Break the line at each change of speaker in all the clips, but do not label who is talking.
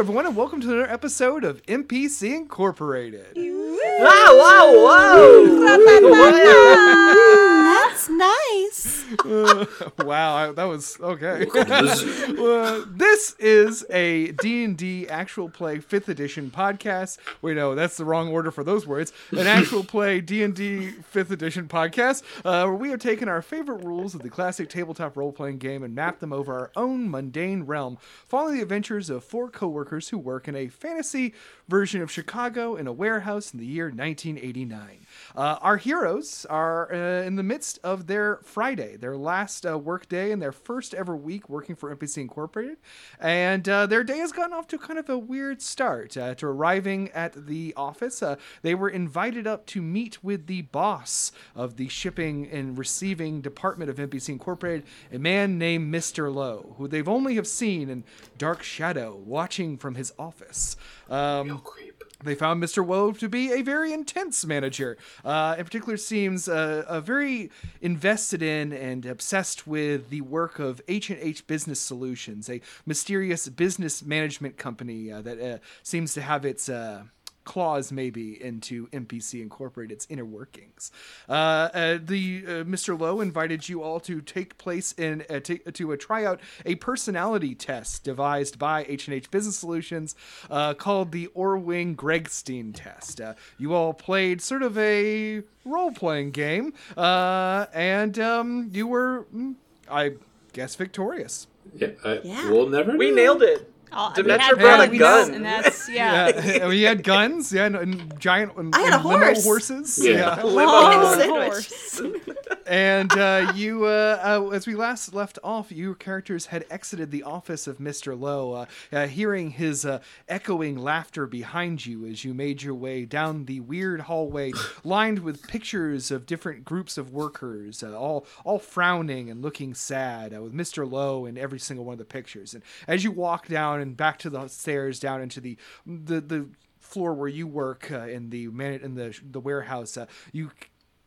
and welcome to another episode of MPC Incorporated.
Wow, wow, wow!
That's nice.
Uh, wow, I, that was okay. Uh, this is a D&D actual play 5th edition podcast. Wait, no, that's the wrong order for those words. An actual play D&D 5th edition podcast uh, where we have taken our favorite rules of the classic tabletop role-playing game and mapped them over our own mundane realm, following the adventures of four coworkers who work in a fantasy version of Chicago in a warehouse in the year 1989. Uh, our heroes are uh, in the midst of their Friday, their last uh, work day and their first ever week working for NPC Incorporated. And uh, their day has gotten off to kind of a weird start. Uh, to arriving at the office, uh, they were invited up to meet with the boss of the shipping and receiving department of NPC Incorporated, a man named Mr. Lowe, who they've only have seen in Dark Shadow watching from his office. Um, they found Mr. Wove to be a very intense manager. Uh, in particular, seems uh, uh, very invested in and obsessed with the work of H&H Business Solutions, a mysterious business management company uh, that uh, seems to have its... Uh, claws maybe into MPC Incorporated its inner workings. Uh, uh, the uh, Mr. Lowe invited you all to take place in a, t- to a tryout a personality test devised by H and H Business Solutions uh, called the Orwing Gregstein test. Uh, you all played sort of a role playing game, uh, and um, you were, mm, I guess, victorious.
Yeah, I,
Yeah.
we'll never.
We
know.
nailed it.
Oh,
Demetra
we had
brought
a
guns,
gun.
and that's yeah.
Yeah, Uh, we had guns. Yeah, and, and giant. And,
I had a
and limo
horse.
Horses.
Yeah.
Long
Sandwich.
horse.
and uh, you, uh, uh, as we last left off, your characters had exited the office of Mr. Lowe, uh, uh, hearing his uh, echoing laughter behind you as you made your way down the weird hallway lined with pictures of different groups of workers, uh, all all frowning and looking sad, uh, with Mr. Lowe in every single one of the pictures. And as you walk down and back to the stairs, down into the the the floor where you work uh, in the man in the the warehouse, uh, you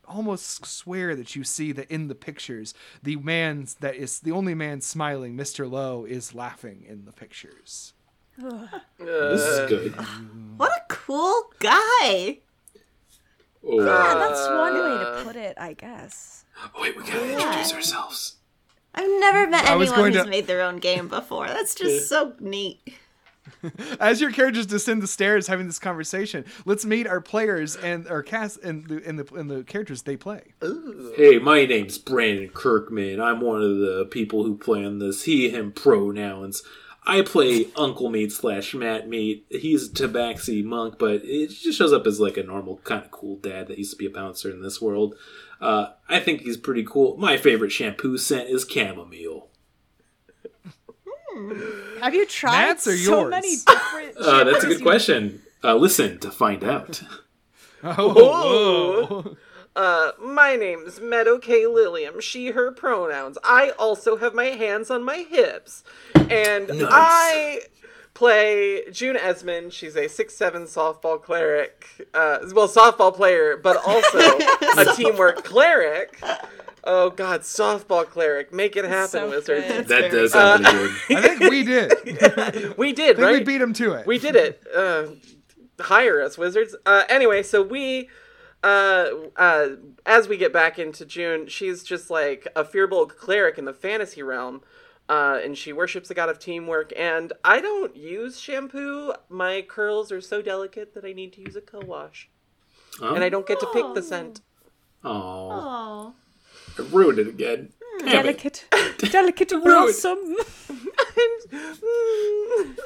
almost swear that you see that in the pictures the man that is the only man smiling mr lowe is laughing in the pictures
This
Uh,
is good.
Ah,
What a cool guy.
Oh,
Yeah, that's one way to
Uh,
put it, I guess.
wait, we gotta introduce ourselves.
I've never met
I was
anyone
going
who's
to-
made their own game before. That's just so neat.
as your characters descend the stairs having this conversation let's meet our players and our cast and the and the, and the characters they play
Hey, my name's Brandon Kirkman. I'm one of the people who play on this he/him pronouns. I play Uncle Mate slash Matt Mate. He's a Tabaxi monk, but it just shows up as like a normal kind of cool dad that used to be a bouncer in this world. Uh, I think he's pretty cool. My favorite shampoo scent is chamomile.
Have you tried
Matt's or
so
yours?
many different?
Uh, that's a
shampoos?
good question. Uh, listen to find out.
oh whoa.
Uh, my name's Meadow K. Lilium. She, her pronouns. I also have my hands on my hips. And
Nice.
I play June Esmond. She's a six-seven softball cleric. Uh, well, softball player, but also a teamwork cleric. Oh, God, softball cleric. Make it happen,
so
wizards.
good.
that does sound pretty good.
i think we did I think
We did, right?
we beat him to it
We did it. Uh, hire us, wizards. Uh, anyway, so we, uh, uh, as we get back into June, she's just like a fearful cleric in the fantasy realm, uh, and she worships the god of teamwork. And I don't use shampoo. My curls are so delicate that I need to use a co-wash,
Huh?
and I don't get to pick the scent.
Aw,
Oh.
I ruined it again.
Hmm.
Damn it.
Delicate, delicate blossom.
And, mm,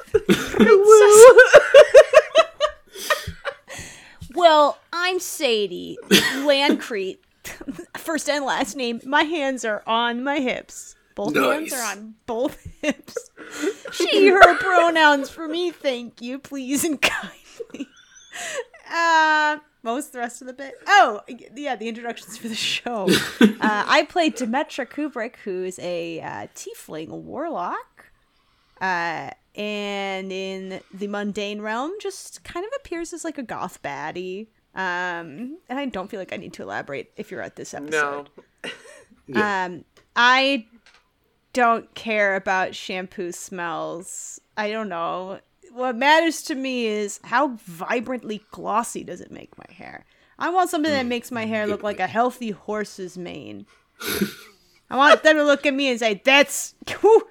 Well,
I'm Sadie Landcrete.
first and last name. My hands are on my hips. Both hands
Nice.
are on both hips. she, her pronouns for me, thank you, please, and kindly. Uh, most of the rest of the bit. Oh, yeah, the introductions for the show. uh, I played Demetra Kubrick, who is a uh, tiefling warlock. Uh, and in the mundane realm, just kind of appears as like a goth baddie. Um, and I don't feel like I need to elaborate if you're at this episode.
no,
Um, I don't care about shampoo smells. I don't know. what matters to me is how vibrantly glossy does it make my hair. I want something that makes my hair look like a healthy horse's mane. I want them to look at me and say, "That's whew,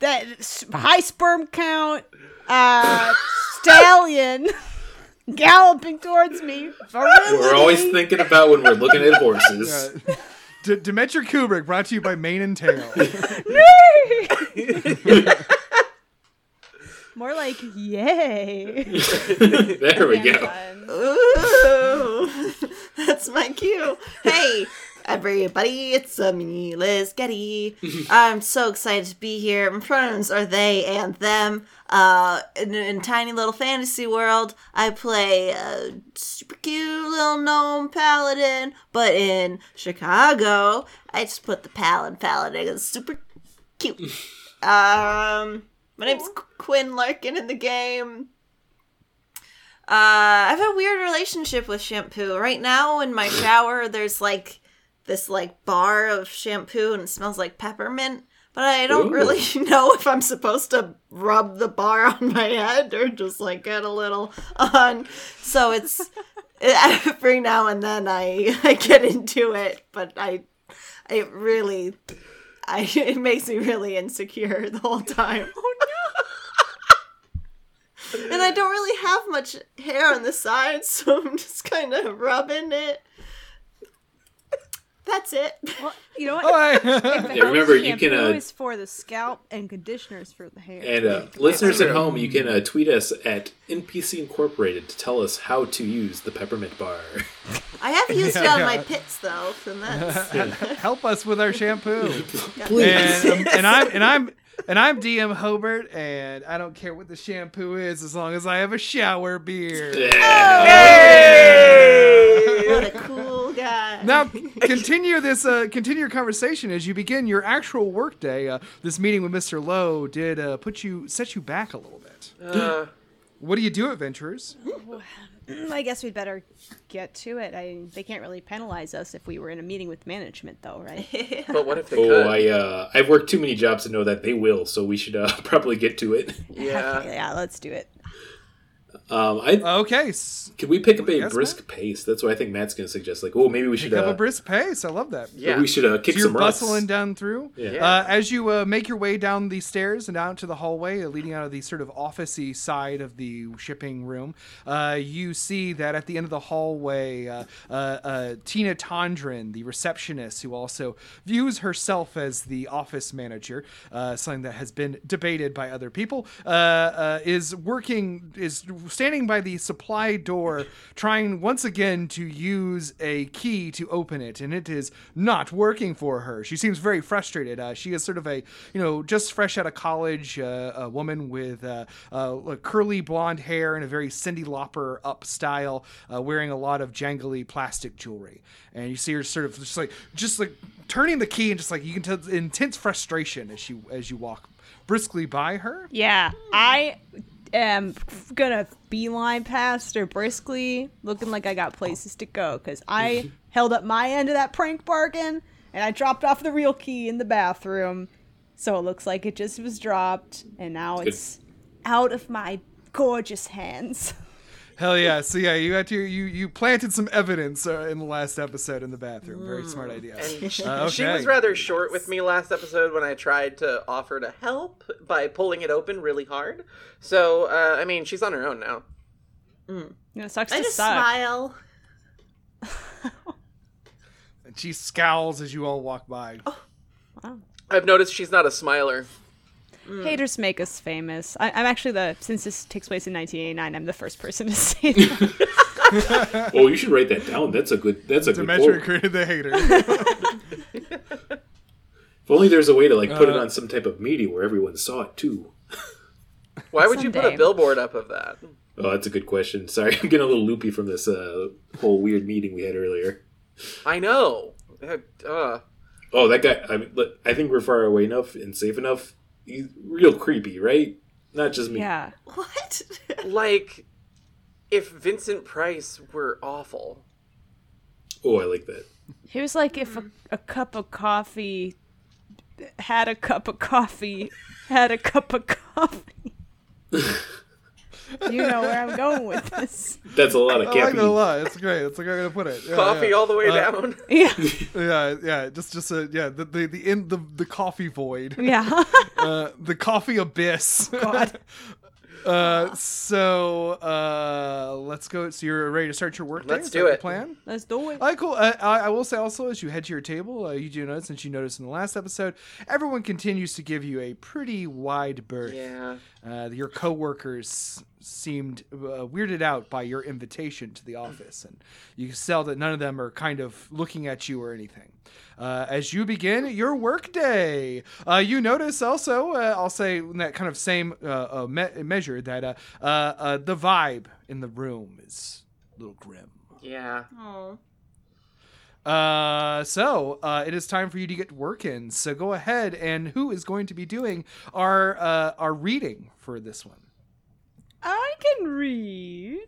that s- high sperm count uh, stallion galloping towards me."
We're always thinking about when we're looking at horses.
D- Demetri Kubrick brought to you by Mane and Tail.
More like, "Yay!"
There we go.
Fun.
Ooh, that's my cue. Hey, everybody, it's a me, Liz Getty. I'm so excited to be here. My pronouns are they and them. Uh, in, in Tiny Little Fantasy World, I play a super cute little gnome paladin, but in Chicago, I just put the paladin paladin. It's super cute. Um, my name's Qu- Quinn Larkin in the game. Uh, I have a weird relationship with shampoo. Right now in my shower, there's like this like bar of shampoo and it smells like peppermint, but I don't
Ooh.
really know if I'm supposed to rub the bar on my head or just like get a little on. So it's every now and then I I get into it, but I it really I it makes me really insecure the whole time. Oh no. and I don't really have much hair on the sides, so I'm just kind of rubbing it. That's it.
Well, you know what?
Hi.
Yeah, remember, you
Shampoo
can, uh,
is for the scalp and conditioners for the hair.
And uh, listeners at home, you can uh, tweet us at NPC Incorporated to tell us how to use the peppermint bar.
I have used it
Yeah,
on
yeah.
my pits though, from that's
Help us with our shampoo.
Please.
and, um, and I'm and I'm and I'm DM Hobart, and I don't care what the shampoo is as long as I have a shower beard.
what a cool guy.
Now continue this uh, continue your conversation as you begin your actual workday. Uh, this meeting with Mr. Lowe did uh, put you set you back a little bit.
Uh,
What do you do, adventurers?
I guess we'd better get to it. I, they can't really penalize us if we were in a meeting with management, though, right?
but what if they
Oh,
could?
I uh, I've worked too many jobs to know that they will, so we should uh, probably get to it.
yeah.
yeah, let's do it.
Um, I
Okay, s-
can we pick up a
Yes,
brisk pace? That's what I think Matt's gonna suggest. Like, oh, maybe we should
pick up
uh,
a brisk pace. I love that.
Yeah.
we should uh, kick
So you're
some rocks.
bustling down through.
Yeah.
Uh, as you uh, make your way down the stairs and out to the hallway uh, leading out of the sort of officey side of the shipping room, uh, you see that at the end of the hallway, uh, uh, uh, Tina Tondren, the receptionist, who also views herself as the office manager, uh, something that has been debated by other people, uh, uh, is working, is standing by the supply door, trying once again to use a key to open it, and it is not working for her. She seems very frustrated. Uh, she is sort of a, you know, just fresh out of college, uh, a woman with uh, uh, like curly blonde hair and a very Cindy Lauper up style, uh, wearing a lot of jangly plastic jewelry. And you see her sort of just like, just like turning the key and just like you can tell intense frustration as she as you walk briskly by her.
Yeah, I am gonna beeline past her briskly, looking like I got places to go, because I held up my end of that prank bargain, and I dropped off the real key in the bathroom, so it looks like it just was dropped, and now it's out of my gorgeous hands.
Hell yeah! So yeah, you got to you you planted some evidence uh, in the last episode in the bathroom. Very smart idea. Uh,
She
okay.
was rather short with me last episode when I tried to offer to help by pulling it open really hard. So, uh, I mean, she's on her own now.
You know, it sucks
I
to
just
suck.
smile.
And she scowls as you all walk by.
I've noticed she's not a smiler.
Haters make us famous. I, I'm actually the since this takes place in 1989, I'm the first person to say that.
Oh, you should write that down. That's a good. That's a good
Demetri
quote.
created the hater.
If only there's a way to like put it
Uh,
on some type of media where everyone saw it too.
Why would you put
Someday.
a billboard up of that?
Oh, that's a good question. Sorry, I'm getting a little loopy from this uh, whole weird meeting we had earlier.
I know. Uh, uh,
Oh, that guy. I, mean, look, I think we're far away enough and safe enough. He's real creepy, right? Not just me.
yeah.
What?
like, if Vincent Price were awful.
Oh, I like that.
He was like if a, a cup of coffee had a cup of coffee had a cup of coffee. You know where I'm going with this.
That's a lot of
I like
caffeine.
that a lot. It's great. That's a great way to put it. Yeah,
Coffee
yeah.
all the way
Uh,
down.
Yeah.
Yeah, yeah. Just, just a yeah. The the the in the the coffee void.
Yeah.
Uh, the coffee abyss.
God.
uh, so uh, let's go. So you're ready to start your work.
Let's
Is
do
that the
it.
plan.
Let's do it.
All right, cool. Uh, I, I will say also, as you head to your table, uh, you do notice, since you noticed in the last episode, everyone continues to give you a pretty wide berth.
Yeah.
Uh, your coworkers seemed uh, weirded out by your invitation to the office, and you can tell that none of them are kind of looking at you or anything. Uh, as you begin your workday, uh, you notice also, uh, I'll say in that kind of same uh, uh, me- measure, that uh, uh, uh, the vibe in the room is a little grim.
Yeah.
Oh.
Uh, so uh, it is time for you to get work in. So go ahead, and who is going to be doing our uh, our reading for this one?
I can read.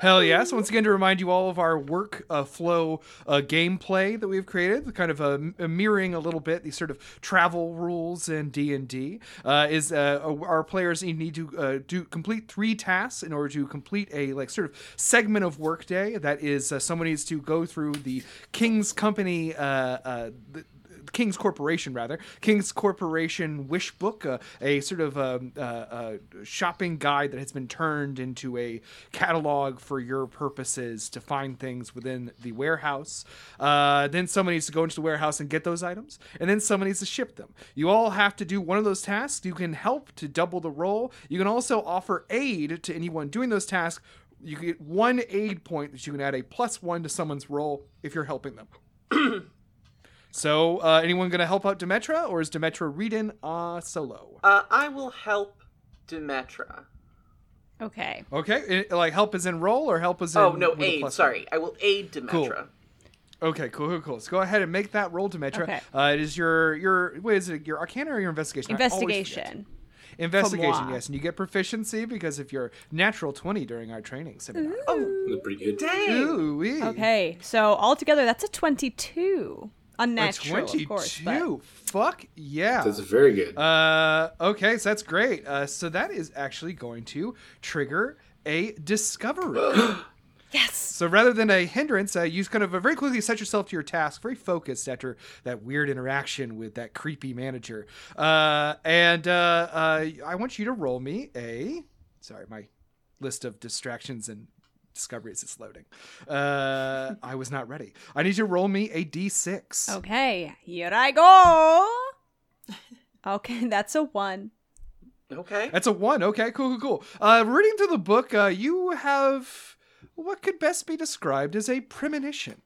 Hell yes! Once again, to remind you all of our work uh, flow uh, gameplay that we've created, kind of uh, m- mirroring a little bit these sort of travel rules in D and D, is uh, our players need to uh, do complete three tasks in order to complete a like sort of segment of workday. That is, uh, someone needs to go through the King's Company. Uh, uh, th- King's Corporation, rather King's Corporation Wish Book, uh, a sort of um, uh, uh, shopping guide that has been turned into a catalog for your purposes to find things within the warehouse. Uh, then someone needs to go into the warehouse and get those items, and then someone needs to ship them. You all have to do one of those tasks. You can help to double the role. You can also offer aid to anyone doing those tasks. You get one aid point that you can add a plus one to someone's role if you're helping them. So, uh, anyone going to help out Demetra, or is Demetra reading uh, solo?
Uh, I will help Demetra.
Okay.
Okay, i- like help is in roll, or help is in.
Oh no,
with a
aid.
plus
Sorry, I will aid Demetra.
Cool. one? Okay, cool, cool, cool. So go ahead and make that roll, Demetra.
Okay.
Uh, it is your your what is it? Your Arcana or your investigation? I always forget.
Investigation.
Investigation.
moi.
Yes, and you get proficiency because if you're natural twenty during our training seminar.
That's pretty good.
Dang.
Ooh, wee.
Okay. So altogether, that's a 22. Unnatural,
Twenty
of course. but-
two. Fuck yeah.
That's very good.
Uh, okay, so that's great. Uh, so that is actually going to trigger a discovery.
Yes.
So rather than a hindrance, uh, you kind of uh, very quickly set yourself to your task, very focused after that weird interaction with that creepy manager. Uh, and uh, uh, I want you to roll me a. Sorry, my list of distractions and discoveries is loading. Uh, I was not ready. I need you to roll me a d6.
Okay. Here I go. Okay. That's a one.
Okay.
That's a one. Okay, cool, cool, cool. Uh, reading through the book, uh, you have what could best be described as a premonition.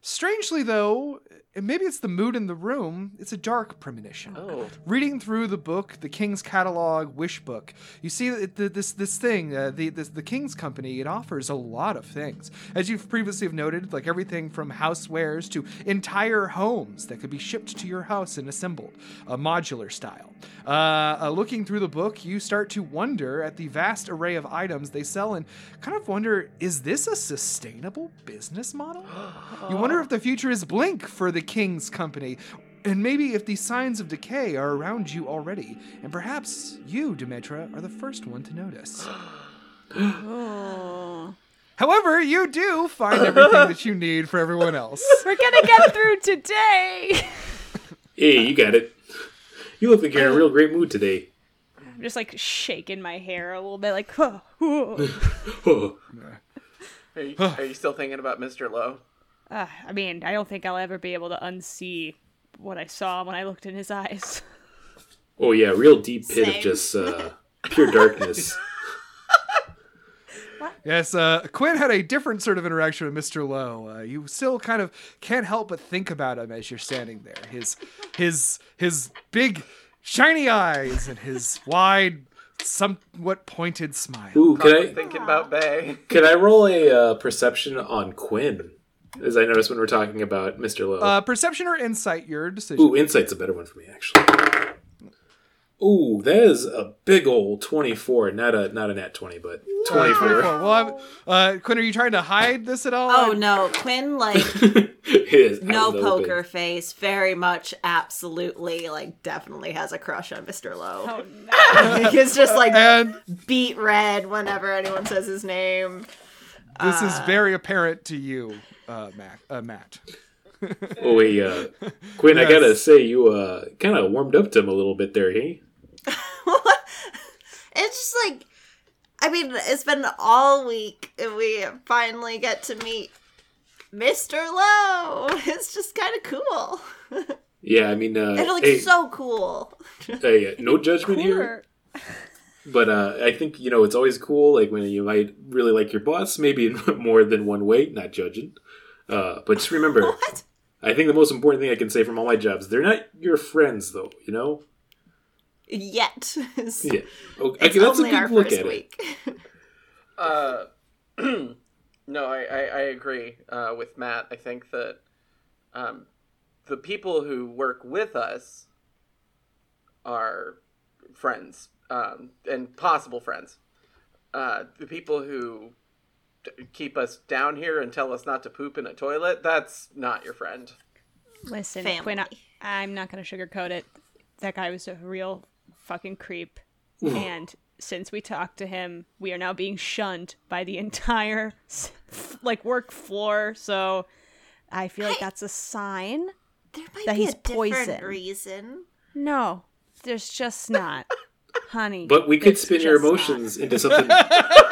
Strangely, though, and maybe it's the mood in the room, it's a dark premonition.
Oh.
Reading through the book, the King's Catalog Wish Book, you see that th- this this thing, uh, the this, the King's Company, it offers a lot of things. As you've previously have noted, like everything from housewares to entire homes that could be shipped to your house and assembled, a modular style. Uh, uh, looking through the book, you start to wonder at the vast array of items they sell and kind of wonder, is this a sustainable business model? You wonder if the future is blink for the King's Company, and maybe if these signs of decay are around you already, and perhaps you, Demetra, are the first one to notice.
Oh.
However, you do find everything that you need for everyone else.
We're gonna get through today.
Hey, you got it. You look like you're in a real great mood today.
I'm just like shaking my hair a little bit, like, huh, huh.
Oh,
Are you, are you still thinking about Mr. Lowe?
Uh, I mean, I don't think I'll ever be able to unsee what I saw when I looked in his eyes.
oh yeah, real deep pit
Same.
of just uh, pure darkness.
Yes, uh, Quinn had a different sort of interaction with Mr. Lowe. Uh, you still kind of can't help but think about him as you're standing there. His, his, his big, shiny eyes and his wide, somewhat pointed smile.
Ooh, can I
Thinking about Bay.
can I roll a uh, perception on Quinn? As I noticed when we're talking about Mr. Lowe.
Uh, perception or insight, your decision.
Ooh, insight's a better one for me actually. Ooh, that is a big old twenty-four. Not a not a net twenty, but twenty-four.
Well, I'm, uh, Quinn, are you trying to hide this at all?
Oh no, Quinn like
It is
no
out in the open.
poker face, very much absolutely like definitely has a crush on Mr. Lowe.
Oh, no.
He's just like
And
beat red whenever anyone says his name.
this
Uh.
is very apparent to you, uh, Matt. Uh, Matt.
Oh, wait, uh, Quinn, I gotta
Yes.
say you uh kind of warmed up to him a little bit there. Hey,
It's just like I mean, it's been all week and we finally get to meet Mr. Lowe. It's just kind of cool.
yeah, I mean, uh,
It looks
hey,
so cool.
hey, uh, no judgment here.
Cooler.
But uh, I think you know it's always cool, like when you might really like your boss, maybe in more than one way. Not judging, uh, but just remember,
What?
I think the most important thing I can say from all my jobs, they're not your friends, though. You know?
Yet. It's,
Yeah. Okay,
it's
okay, that's a
only our
good look
first
at it.
week.
Uh, no, I, I, I agree uh, with Matt. I think that um, the people who work with us are friends um, and possible friends. Uh, the people who d- keep us down here and tell us not to poop in a toilet, that's not your friend.
Listen,
Family.
Quinn, I, I'm not going to sugarcoat it. That guy was a real fucking creep. and since we talked to him, we are now being shunned by the entire s- f- like work floor. So I feel like that's a sign.
There might
That
be
he's
a different
poison.
reason.
No, there's just not. Honey.
But we could
it's
spin your
just not.
emotions into something.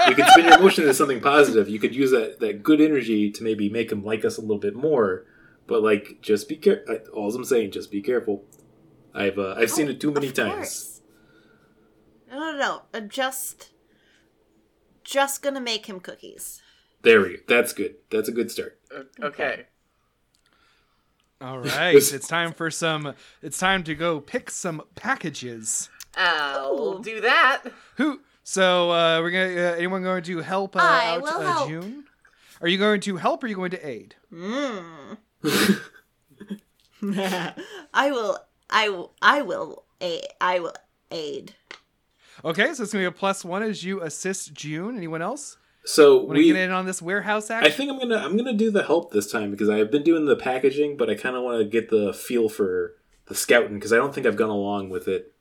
we could spin your emotion into something positive. You could use that, that good energy to maybe make him like us a little bit more. But like, just be careful. All I'm saying, just be careful. I've uh, I've seen it too many
Of
times.
course. No, no, no. I'm just, just gonna make him cookies.
There we go. That's good. That's a good start.
Uh, Okay.
All right, it's time for some. It's time to go pick some packages.
I'll
Ooh.
do that.
Who? So uh, we're gonna. Uh, anyone going to help uh,
I
out
will
uh,
help.
June? Are you going to help? or Are you going to aid?
Mmm. I will. I will. I will. A, I will aid.
Okay, so it's gonna be a plus one as you assist June. Anyone else
So
want to
we.
get in on this warehouse
I
action?
think I'm gonna I'm gonna do the help this time because I've been doing the packaging, but I kind of want to get the feel for the scouting because I don't think I've gone along with it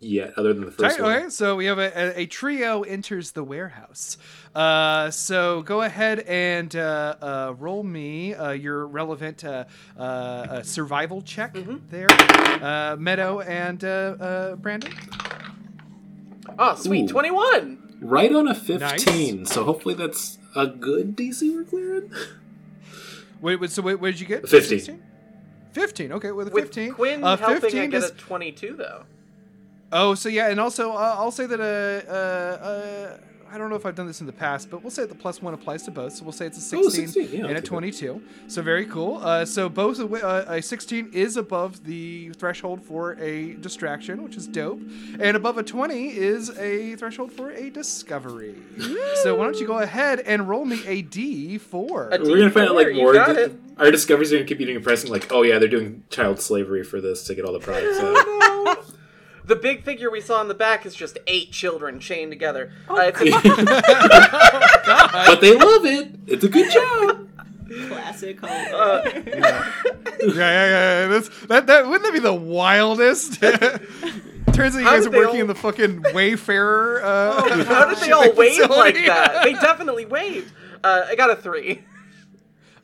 yet, other than the
All
first
right,
one.
okay, so we have a, a, a trio enters the warehouse. Uh, so go ahead and uh, uh, roll me uh, your relevant uh, uh, uh, survival check
Mm-hmm.
there, uh, Meadow and uh, uh, Brandon.
Oh, sweet.
Ooh.
21.
Right on a 15, so hopefully that's a good DC we're clearing.
Wait, wait so wait, what did you get?
15.
16? 15, okay, with a
With
15.
Quinn
Uh,
helping, I
15
get
does-
a 22, though.
Oh, so yeah, and also uh, I'll say that uh, uh, uh, I don't know if I've done this in the past, but we'll say that the plus one applies to both. So we'll say it's a
Oh,
sixteen,
16, yeah, I'll
and a
take it.
twenty-two. So very cool. Uh, so both a wi- uh, a sixteen is above the threshold for a distraction, which is dope, and above a twenty is a threshold for a discovery. so why don't you go ahead and roll me a D four?
A-
We're gonna find out
Sure,
like
you
more.
got
di-
it.
Our discoveries are gonna keep getting impressing. Like, oh yeah, they're doing child slavery for this to get all the products out.
The big figure we saw in the back is just eight children chained together. uh, it's a
but they love it. It's a good job.
Classic.
yeah, yeah, yeah. yeah. That's, that that wouldn't that be the wildest? Turns out you
How
guys are
did
working
they all- Oh,
in the fucking Wayfarer. Uh,
How did they all
shipping
wave like
facility.
that? They definitely waved. Uh, I got a three.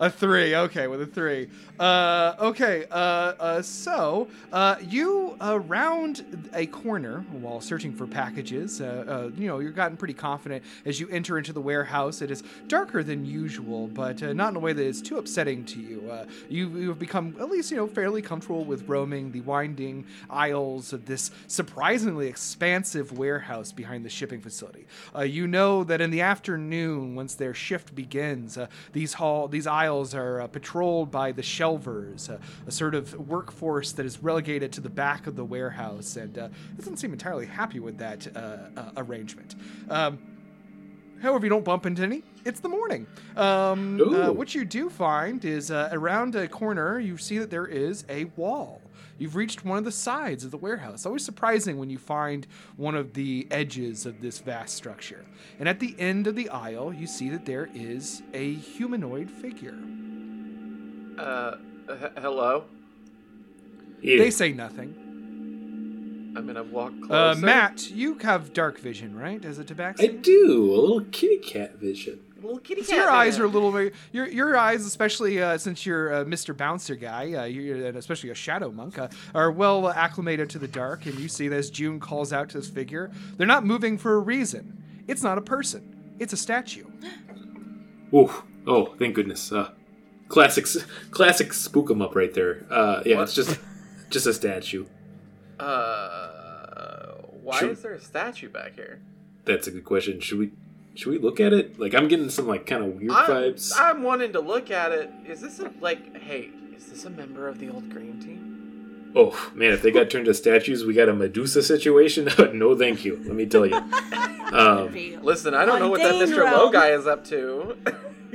A three, okay, with a three. Uh, okay, uh, uh, so uh, you uh, round a corner while searching for packages. Uh, uh, you know, you've gotten pretty confident as you enter into the warehouse. It is darker than usual, but uh, not in a way that is too upsetting to you. Uh, you you've become at least you know fairly comfortable with roaming the winding aisles of this surprisingly expansive warehouse behind the shipping facility. Uh, you know that in the afternoon, once their shift begins, uh, these hall these aisles are uh, patrolled by the shelvers, uh, a sort of workforce that is relegated to the back of the warehouse, and uh, doesn't seem entirely happy with that uh, uh, arrangement. Um, However, you don't bump into any. It's the morning. Um, uh,
Ooh.
what you do find is uh, around a corner, you see that there is a wall. You've reached one of the sides of the warehouse. Always surprising when you find one of the edges of this vast structure. And at the end of the aisle, you see that there is a humanoid figure.
Uh, h- hello.
Ew.
They say nothing.
I'm gonna walk closer.
Uh, Matt, you have dark vision, right? As a tabaxi?
I do a little kitty cat vision.
little kitty
So
cat.
your
man.
eyes are a little bit. Your your eyes, especially uh, since you're uh, Mr. Bouncer guy, uh, you're, and especially a shadow monk, uh, are well acclimated to the dark. And you see this June calls out to this figure. They're not moving for a reason. It's not a person. It's a statue.
Oof. Oh, thank goodness. Uh, classic, s- classic spook 'em up right there. Uh, yeah, it's just, just a statue.
Uh, why
Shoot.
is there a statue back here?
That's a good question. Should we, should we look at it? Like, I'm getting some like kind of weird
I'm,
vibes.
I'm wanting to look at it. Is this a, like, hey, is this a member of the old green team?
oh man, if they got turned to statues, we got a Medusa situation. no, thank you. Let me tell you. Um,
Listen, I don't know what that
Mundane
Mr. Low
realm.
guy is up to.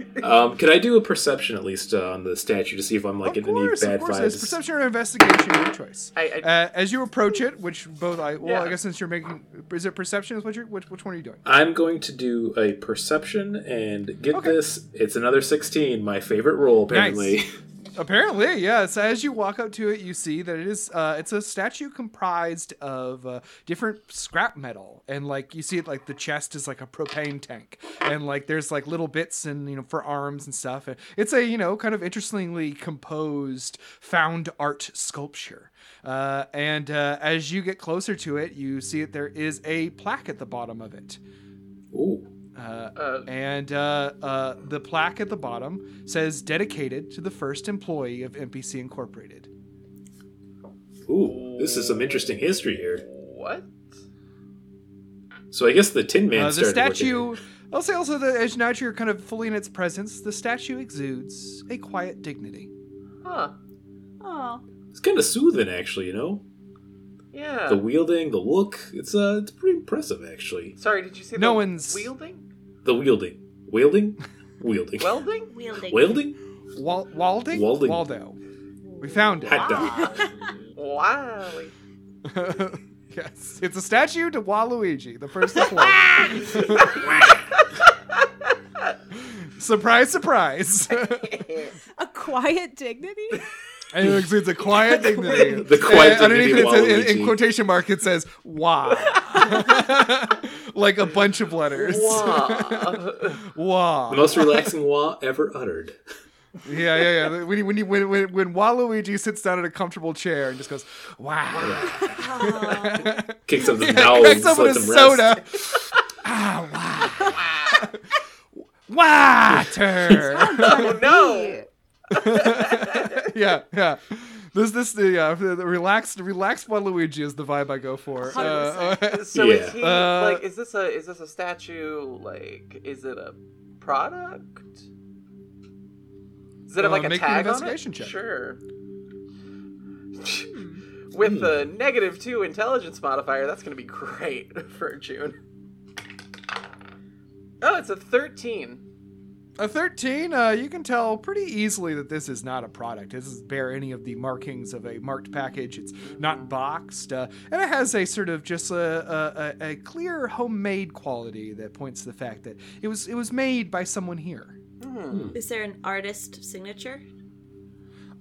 um, could I do a perception at least uh, on the statue to see if I'm like
of
getting
course,
any
of
bad
course. It's
vibes?
perception or investigation, your choice.
I- I-
uh, as you approach it, which both I well, I
Yeah.
guess since you're making, is it perception? Is what you're which, which one are you doing?
I'm going to do a perception and get
Okay.
this. It's another 16, my favorite roll apparently.
Apparently, yeah. So as you walk up to it, you see that it is uh, it's a statue comprised of uh, different scrap metal, and like you see it like the chest is like a propane tank, and like there's like little bits and you know for arms and stuff. And It's a you know kind of interestingly composed found art sculpture. Uh, and uh, as you get closer to it, you see that there is a plaque at the bottom of it.
Ooh.
Uh,
Uh,
and uh, uh, the plaque at the bottom says dedicated to the first employee of NPC Incorporated.
Ooh, this is some interesting history here.
what?
So I guess the Tin Man
Uh, the
started
statue.
working.
I'll say also that as now that you're kind of fully in its presence, the statue exudes a quiet dignity.
Huh.
Oh,
It's kind of soothing, actually. You know,
Yeah.
the wielding, the look. It's uh, it's pretty impressive, actually.
Sorry, did you see
No
the
one's-
wielding?
The wielding, wielding, wielding,
Welding?
Wielding.
wielding.
Wal- Walding?
Walding.
Waldo. We found it.
Hot dog.
Wow.
yes, it's a statue to Waluigi, the first employee. surprise, surprise!
a quiet dignity.
And it exudes a quiet dignity.
The quiet
And Uh, underneath
dignity of
it says- in, in
Waluigi.
quotation mark, it says "wah," like a bunch of letters.
Wow.
Wah.
The most relaxing wah ever uttered.
Yeah, yeah, yeah. When you- when you- when when when Waluigi sits down in a comfortable chair and just goes "wow,"
Kicks up his
yeah,
bowels,
cracks
just
open a
lets him rest.
soda. ah, wah. Water.
oh no!
yeah, yeah. This this the uh, the the relaxed relaxed Waluigi is the vibe I go for. Uh,
So
Yeah.
is he
Uh,
like? Is this a is this a statue? Like, is it a product? Does it
Uh,
have like a
make an
tag
investigation
on it?
check.
Sure. With the negative two intelligence modifier, that's going to be great for June. Oh, it's a thirteen.
A 13, uh, you can tell pretty easily that this is not a product. This doesn't bear any of the markings of a marked package. It's not boxed. Uh, and it has a sort of just a, a, a, a clear homemade quality that points to the fact that it was, it was made by someone here.
Is there an artist signature?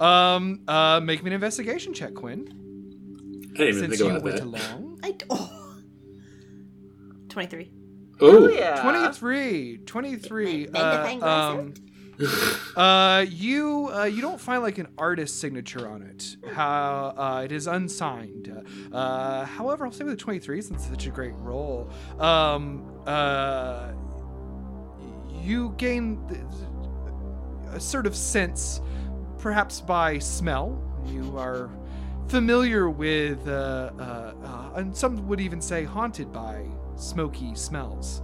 Um, uh, make me an investigation check, Quinn.
I didn't even
Since
think
you
about
went
that.
along.
I d- oh. 23.
Oh,
Oh yeah.
23 23
Bang the
uh,
bang glass
um, uh, you uh, you don't find like an artist signature on it how uh, it is unsigned uh, however i'll say with a 23 since it's such a great role um, uh, you gain th- a sort of sense perhaps by smell you are familiar with uh, uh, uh, and some would even say haunted by smoky smells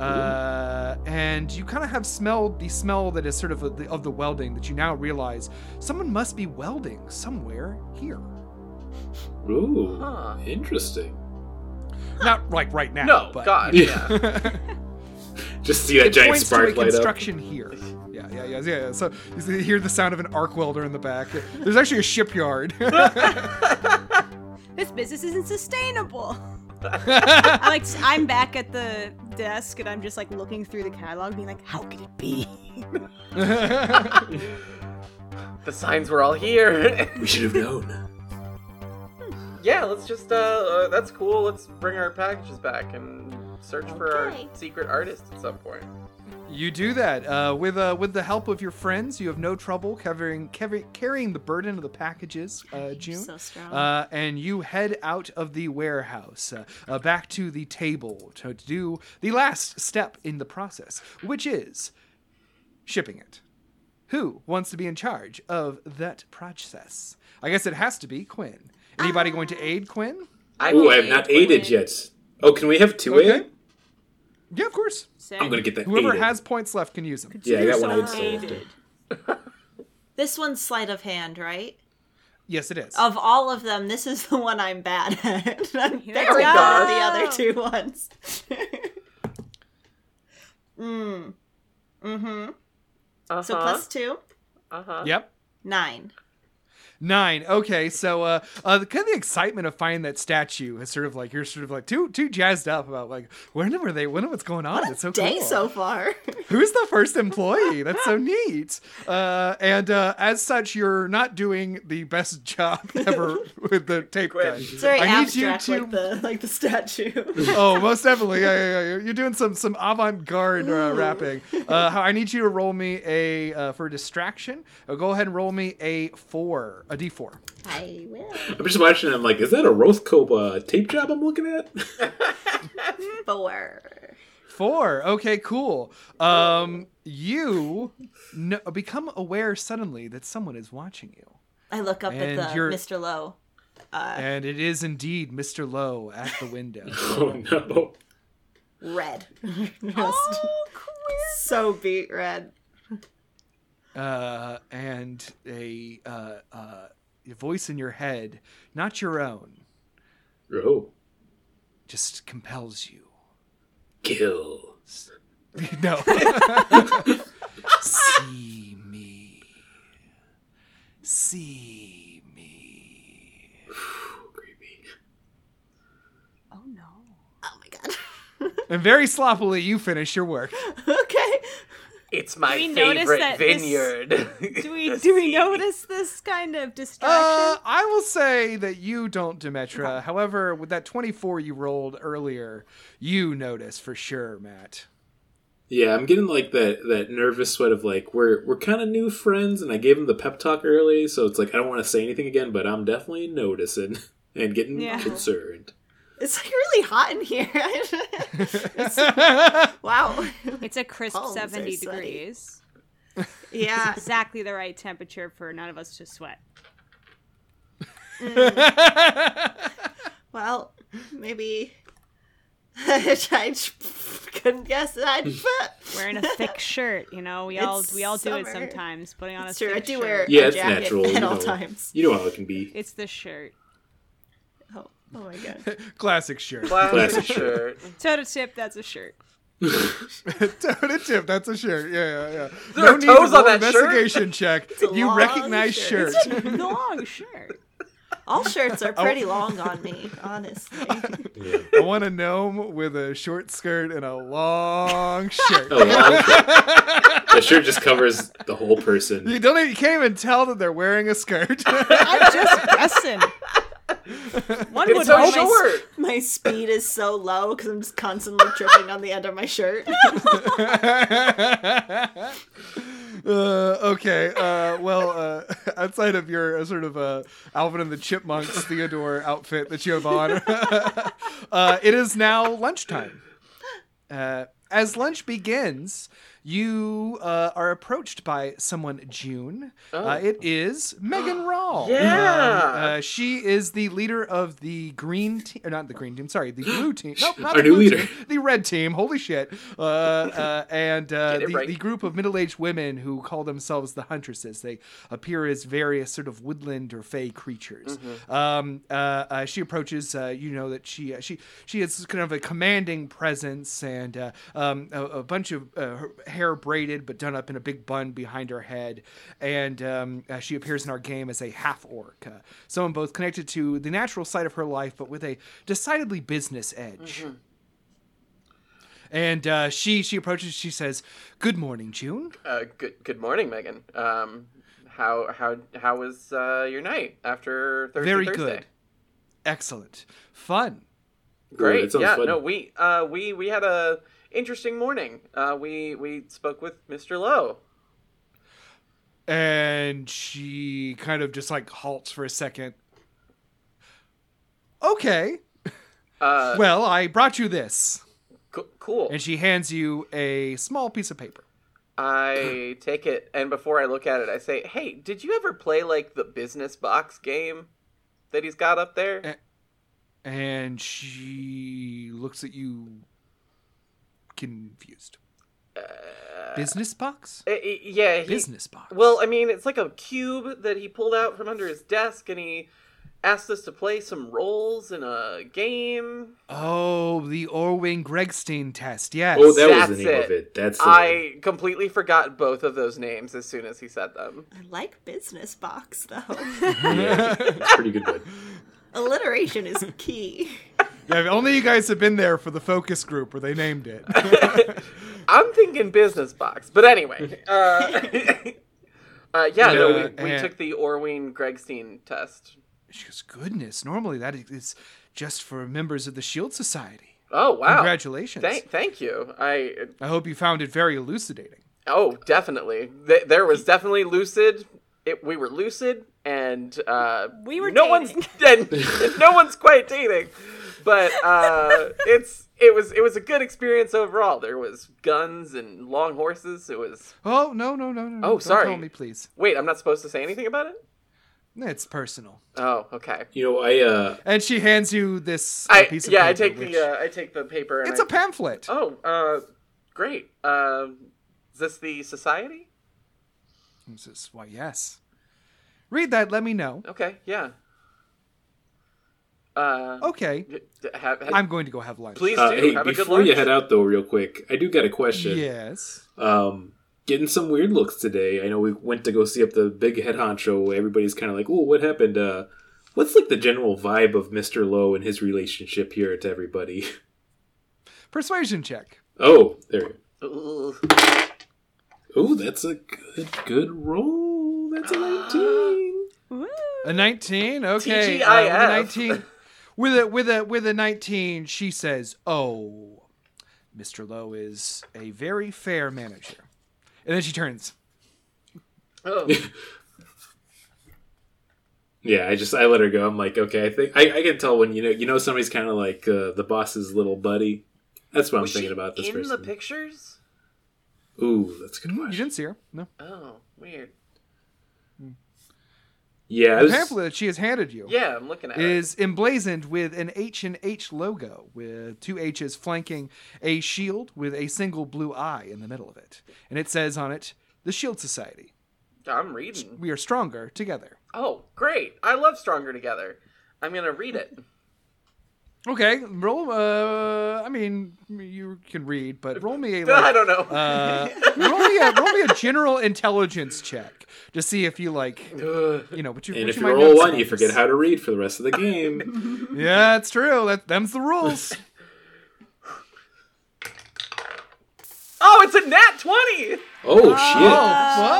uh, and you kind of have smelled the smell that is sort of of the, of the welding that you now realize someone must be welding somewhere here.
ooh,
Huh.
interesting.
Not like right now.
No,
but,
God,
Yeah.
yeah.
Just see that
It
giant
points to a
spark light up.
construction here. Yeah, yeah, yeah, yeah, yeah. So you see- hear the sound of an arc welder in the back. There's actually a shipyard.
This business isn't sustainable. I like I'm back at the desk and I'm just like looking through the catalog, being like, how could it be?
The signs were all here.
We should have known.
yeah, let's just, uh, uh, that's cool. Let's bring our packages back and search for our
Okay.
secret artist at some point.
You do that uh, with uh, with the help of your friends. You have no trouble carrying carry, carrying the burden of the packages, uh, June.
so strong.
Uh, and you head out of the warehouse uh, uh, back to the table to do the last step in the process, which is shipping it. Who wants to be in charge of that process? I guess it has to be Quinn. Anybody going to aid Quinn?
I
Ooh, I have
believe
not
we-
aided yet. Oh, can we have two
Okay.
aid?
Yeah, of course.
I'm gonna get that.
Whoever
aided.
has points left can use them.
Yeah, I got one aid
Yourself.
saved.
This one's sleight of hand, right?
Yes, it is.
Of all of them, this is the one I'm bad at. I'm
Here
better
we
than the
go.
other two ones. mm. Mm-hmm.
Uh-huh.
So plus two,
uh-huh.
Yep.
nine.
Nine. Okay, so uh, uh, the kind of the excitement of finding that statue is sort of like you're sort of like too too jazzed up about like when were they when what's going on? it's so
Day
cool.
so far.
Who's the first employee? That's so neat. Uh, and uh, as such, you're not doing the best job ever with the tape gun.
It's very
I need you
abstract,
to-
like the like the statue.
Oh, most definitely. Yeah, yeah, yeah. You're doing some some avant-garde uh, rapping. Uh, I need you to roll me a uh, for distraction. Uh, go ahead and roll me a four, a D four.
I will.
I'm just watching. I'm like, is that a Rothko uh, tape job I'm looking at?
Four.
Four. Okay, cool. Um, you kn- become aware suddenly that someone is watching you,
I look up
And
at the
you're-
Mr. Lowe.
and it is indeed Mr. Lowe at the window.
oh no!
Red. Just
Oh.
so beat red.
uh, and a, uh, uh, a voice in your head, not your own,
Oh,
just compels you.
kill.
no. See me. See me.
Creepy.
Oh no.
Oh my god.
And very sloppily, you finish your work.
okay.
It's my
Do we notice
favorite
that this-
vineyard.
Do we do we notice this kind of
Uh,
distraction?
I will say that you don't, Demetra. However, with that 24 you rolled earlier, you notice for sure, Matt.
Yeah, I'm getting like that that nervous sweat of like we're we're kind of new friends, and I gave him the pep talk early, so it's like I don't want to say anything again, but I'm definitely noticing and getting
Yeah.
concerned.
It's like really hot in here. wow.
it's a crisp
Palms are
70
oh, sweaty.
degrees.
Yeah.
Exactly the right temperature for none of us to sweat.
Well, maybe I just couldn't guess it. I'd put.
Wearing a thick shirt, you know, we all
It's
we all do it
summer.
sometimes. Putting on
It's
a
true. I
thick
do
shirt.
wear
Yeah,
a
it's
jacket
natural. you
at all
know.
times.
You know how it can be.
It's the shirt.
Oh, oh my god.
Classic shirt.
Plastic
Plastic
shirt.
Toe to tip, that's a shirt.
Total tip. That's a shirt. Yeah, yeah, yeah.
There are
to
toes
roll
on that shirt?
investigation check.
a
you
long
recognize
shirt.
shirt.
Long shirt.
All shirts
Oh.
are pretty long on me, honestly.
I want a gnome with a short skirt and a long shirt.
Oh, long shirt. the shirt just covers the whole person.
You don't. even- You can't even tell that they're wearing a skirt.
I'm just guessing. One
It's
would
so
hope I-
short.
My speed is so low because I'm just constantly tripping on the end of my shirt.
uh, okay. Uh, well, uh, outside of your uh, sort of uh, Alvin and the Chipmunks Theodore outfit that you have on, uh, it is now lunchtime. Uh, as lunch begins, you uh, are approached by someone, June.
Oh.
Uh, it is Megan Rawl.
Yeah.
Um, uh, she is the leader of the green team, or not the green team, sorry, the blue team. Nope, not
Our
the
new
blue
leader.
team, the red team. Holy shit. Uh, uh, and uh,
Get it
the,
right.
the group of middle aged women who call themselves the Huntresses. They appear as various sort of woodland or fey creatures.
Mm-hmm.
Um, uh, uh, she approaches, uh, you know, that she, uh, she, she has kind of a commanding presence and uh, um, a, a bunch of uh, her hair braided but done up in a big bun behind her head. And um, uh, she appears in our game as a half orc, uh, someone both connected to the natural side of her life but with a decidedly business
Mm-hmm.
edge. And uh, she she approaches. She says, "Good morning, June."
Uh, good good morning, Megan. Um, how how how was uh, your night after Thursday?
Very
Thursday?
good, excellent, fun.
Ooh,
Great.
that sounds
yeah.
fun.
No, we uh we we had a interesting morning. Uh, we we spoke with Mr. Lowe.
And she kind of just like halts for a second. Okay,
Uh,
well, I brought you this,
co- cool.
and she hands you a small piece of paper.
I take it, and before I look at it, I say, "Hey, did you ever play like the business box game that he's got up there?"
Eh. And she looks at you, confused. business box.
Eh, eh, yeah, he,
Business box.
Well, I mean, it's like a cube that he pulled out from under his desk, and he asked us to play some roles in a game.
Oh, the Orwin Gregstein test. Yes.
Oh, that was
That's
the name
it.
of it. That's the name.
I completely forgot both of those names as soon as he said them.
I like business box though.
Yeah, it's pretty good one.
Alliteration is key.
Yeah, if only you guys had been there for the focus group where they named it.
I'm thinking business box, but anyway. Uh, uh, yeah, no, we, we
Yeah.
took the Orween Gregstein test.
she goes, "Goodness, normally that is just for members of the Shield E Society."
Oh wow!
Congratulations.
Thank, thank you. I
I hope you found it very elucidating.
oh, definitely. Th- there was definitely lucid. It, we were lucid, and uh,
We were
no
dating.
one's and no one's quite dating, but uh, it's it was it was a good experience overall. There was guns and long horses. It was
Oh no no no no! no.
Oh,
Don't
sorry.
Tell me, please.
wait. I'm not supposed to say anything about it.
It's personal.
Oh, okay.
You know, I uh,
And she hands you this uh,
I
piece of
yeah, I
paper,
take
which-
the uh, I take the paper. And
it's
I-
a pamphlet.
oh, uh, great. Uh, is this the society?
He says, "Why, yes." Read that. Let me know.
Okay, yeah. Uh,
Okay,
d- d- have- have-
I'm going to go have lunch.
please
uh
do
hey,
have a good
before you
lunch.
head out though, real quick, I do got a question.
Yes.
Um, getting some weird looks today. I know we went to go see up the big head honcho. Everybody's kind of like, "Oh, what happened?" Uh, what's like the general vibe of Mister Lowe and his relationship here to everybody?
Persuasion check.
Oh, there.
Ooh.
Oh, that's a good good roll. That's a nineteen.
Woo.
A nineteen, okay.
TGIF.
uh, with a nineteen, with a with a with a nineteen, she says, "Oh, Mr. Lowe is a very fair manager," and then she turns.
Oh.
Yeah, I just I let her go. I'm like, okay, I think I, I can tell when you know you know somebody's kind of like uh, the boss's little buddy. That's what
Was
I'm
she
thinking about this
in the
person.
pictures?
Ooh, that's a good
You
question.
didn't see her, no.
Oh, weird.
Yeah, I
The
was,
pamphlet that she has handed you
Yeah, I'm looking at it.
is emblazoned with an H and H logo, with two H's flanking a shield with a single blue eye in the middle of it, and it says on it, "The Shield Society.
I'm reading.
We are stronger together."
Oh, great. I love Stronger Together. I'm going to read it.
Okay, roll. Uh, I mean, you can read, but roll me a. Like,
I don't know.
Uh, roll, me a, roll me a general intelligence check to see if you like, you know, what you.
and
what you
if you
might
roll
notice
one,
about
you
this.
forget how to read for the rest of the game.
Yeah, that's true. That them's the rules.
oh, it's a nat 20!
oh shit!
oh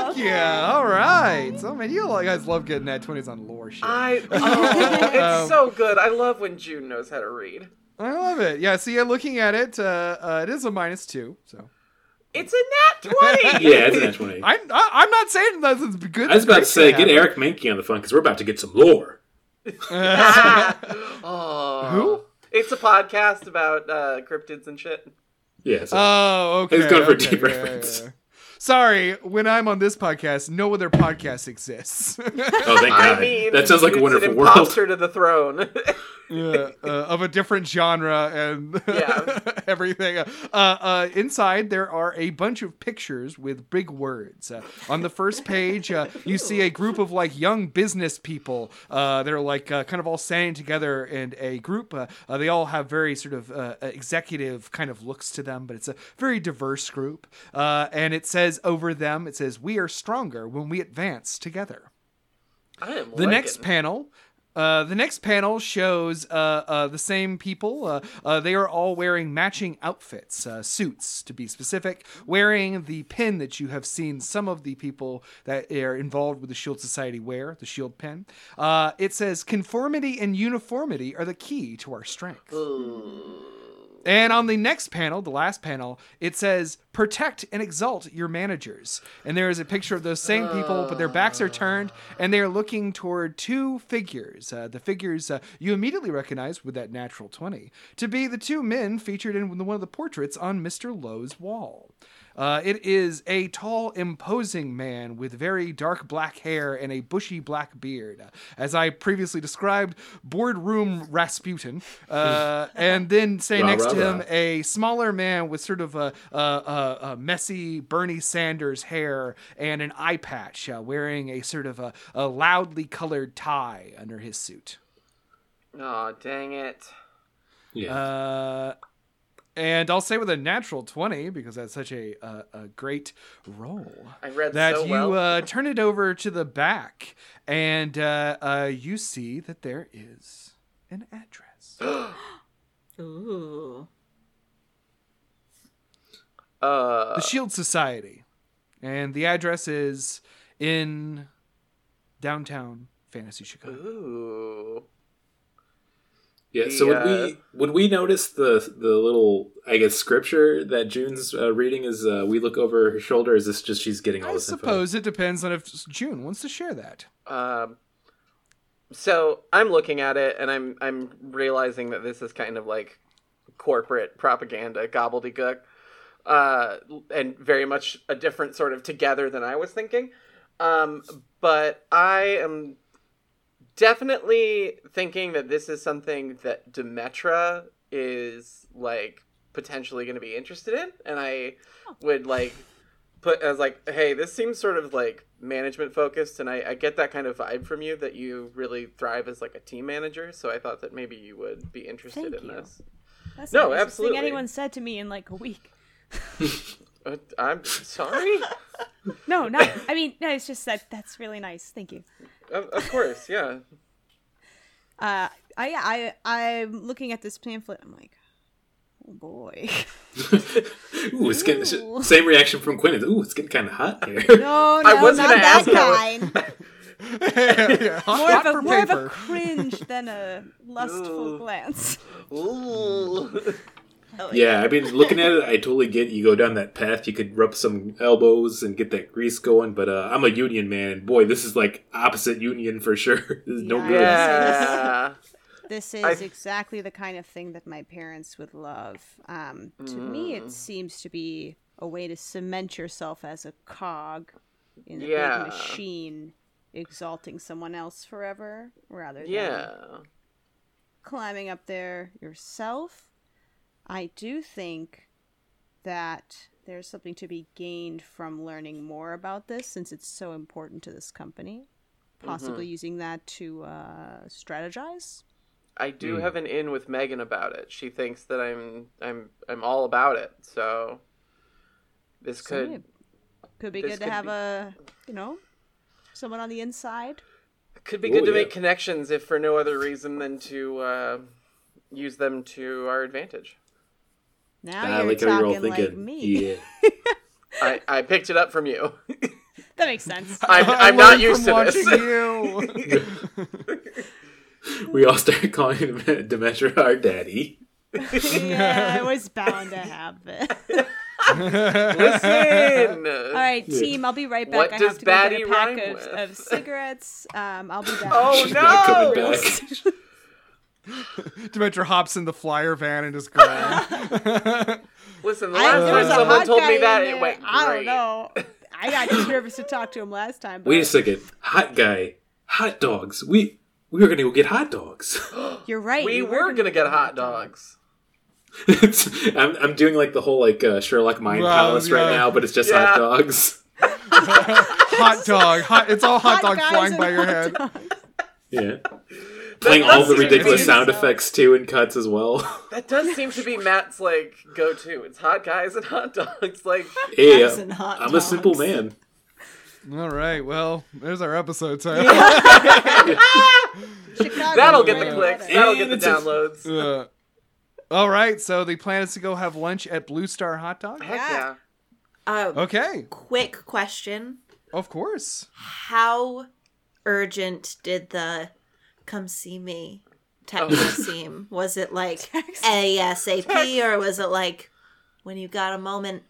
fuck yeah! All right. So man, you all guys love getting that twenties on lore shit. I,
I,
Um,
oh, it's so good. I love when June knows how to read.
love it. Yeah. See, yeah, looking at it, uh, uh, it is a minus two. So
It's a nat 20!
Yeah, it's an actual twenty. I
I'm I, I'm not saying that's it's good.
was about to
it's
say,
great
get
have.
Eric Mankey on the phone because we're about to get some lore.
oh.
Who?
It's a podcast about uh, cryptids and shit.
Yeah. So.
Oh, okay.
I was going for a
okay,
deep
yeah,
reference.
yeah, yeah. Sorry, when I'm on this podcast, no other podcast exists.
oh, thank God.
I mean,
that sounds like
it's
a wonderful
an
world.
imposter to the throne.
yeah, uh, of a different genre and
Yeah.
everything. Uh, uh, inside, there are a bunch of pictures with big words. Uh, on the first page, uh, you see a group of like young business people. Uh, they're like uh, kind of all standing together in a group. Uh, uh, they all have very sort of uh, executive kind of looks to them, but it's a very diverse group. Uh, and it says over them, it says, "We are stronger when we advance together."
I am
the next panel uh, the next panel shows uh, uh, the same people. Uh, uh, they are all wearing matching outfits, uh, suits to be specific, wearing the pin that you have seen some of the people that are involved with the Shield Society wear, the Shield pin. Uh, it says, Conformity and uniformity are the key to our strength. And on the next panel, the last panel, it says protect and exalt your managers. And there is a picture of those same people, but their backs are turned and they are looking toward two figures. Uh, the figures uh, you immediately recognize with that natural 20 to be the two men featured in one of the portraits on Mr. Lowe's wall. Uh, it is a tall, imposing man with very dark black hair and a bushy black beard. As I previously described, boardroom Rasputin. Uh, and then, say
Rah,
next
rah,
to him,
rah.
a smaller man with sort of a, a, a, a messy Bernie Sanders hair and an eye patch, uh, wearing a sort of a, a loudly colored tie under his suit.
Oh dang it!
yeah.
Uh, and I'll say with a natural 20, because that's such a, a, a great roll
I read
that
so
you
well.
uh, turn it over to the back, and uh, uh, you see that there is an address.
Ooh.
Uh,
the Shield Society, and the address is in downtown Fantasy Chicago.
ooh.
Yeah. So
The,
would we would we notice the the little I guess scripture that June's uh, reading is uh, we look over her shoulder? Is this just she's getting all
I
this
suppose it depends on if June wants to share that.
Um, so I'm looking at it and I'm I'm realizing that this is kind of like corporate propaganda gobbledygook, uh, and very much a different sort of together than I was thinking. Um, but I am definitely thinking that this is something that Demetra is like potentially going to be interested in, and I would like put as like, hey, this seems sort of like management focused, and I, I get that kind of vibe from you that you really thrive as like a team manager. So I thoult that maybe you would be interested
Thank
in
you.
this.
That's
No,
the nicest
absolutely.
Thing anyone said to me in like a week.
Uh, I'm sorry.
No, not. I mean, no. It's just that that's really nice. Thank you.
of, of course, yeah.
Uh, I, I, I'm looking at this pamphlet. I'm like, oh boy.
phone? Ooh, it's getting
Ooh.
same reaction from Quinn. Ooh, it's getting kind of hot here.
No, no,
I was
not
gonna
that
ask how
kind.
Yeah, hot,
More,
hot
of a,
for
more of
paper.
a cringe than a lustful glance.
Ooh.
yeah, I mean, looking at it, I totally get you go down that path. You could rub some elbows and get that grease going. But uh, I'm a union man, and boy, this is like opposite union for sure. There's no
Yeah.
good.
Yeah.
This is
I-
exactly the kind of thing that my parents would love. Um, to me,
Mm.
it seems to be a way to cement yourself as a cog in a
Yeah.
big machine, exalting someone else forever rather than
Yeah.
climbing up there yourself. I do think that there's something to be gained from learning more about this since it's so important to this company. Possibly
Mm-hmm.
using that to uh, strategize.
I do
Hmm.
have an in with Megan about it. She thinks that I'm I'm I'm all about it. So this
So, yeah,
could
could be
this
good to
could
have
be-
a you know someone on the inside.
could be
Ooh,
good to
yeah.
make connections if for no other reason than to uh, use them to our advantage.
Now
I
you're
like how
talking
you're all thinking.
like me.
Yeah.
I, I picked it up from you.
That makes sense.
I'm,
I
I'm not
learned
used to
from
this.
watching you.
we all start calling him Demetra our daddy.
yeah, it was bound to happen.
Listen.
All right, team. I'll be right back.
What
I
does
have to go get
baddie
a
rhyme
pack of,
with?
of cigarettes. Um, I'll be back.
Oh
She's not coming
no.
back.
Demetra hops in the flyer van and is gone.
Listen, the
I,
last
there was a
time someone
hot
told
guy
me
in
that,
there.
it went great.
I don't know. I got too nervous to talk to him last time. But
Wait a second, hot guy, hot dogs. We we were gonna go get hot dogs.
You're right.
We were gonna get hot dogs.
It's- I'm I'm doing like the whole like uh, Sherlock Mind
Wow,
Palace right
yeah.
now, but it's just
Yeah.
hot dogs.
hot dog. Hot, it's all hot, dog
guys
flying
and
by your
hot
head.
dogs.
Yeah. Playing all
that's
the
even
ridiculous
easier.
sound effects too and cuts as well.
That does seem to be Matt's like go-to. It's hot guys and hot dogs. Like
hey,
Dogs
uh,
and hot
I'm a simple
dogs.
man.
All right. Well, there's our episode title.
Chicago
that'll get the
Red
clicks.
Letter.
That'll get
And
the
it's a-
downloads.
Uh, all right. So the plan is to go have lunch at Blue Star Hot Dog.
Heck yeah.
Uh,
Okay.
Quick question:
Of course.
How urgent did the "come see me" text seem? Was it like
Oh. Text.
ASAP, or was it like when you got a moment,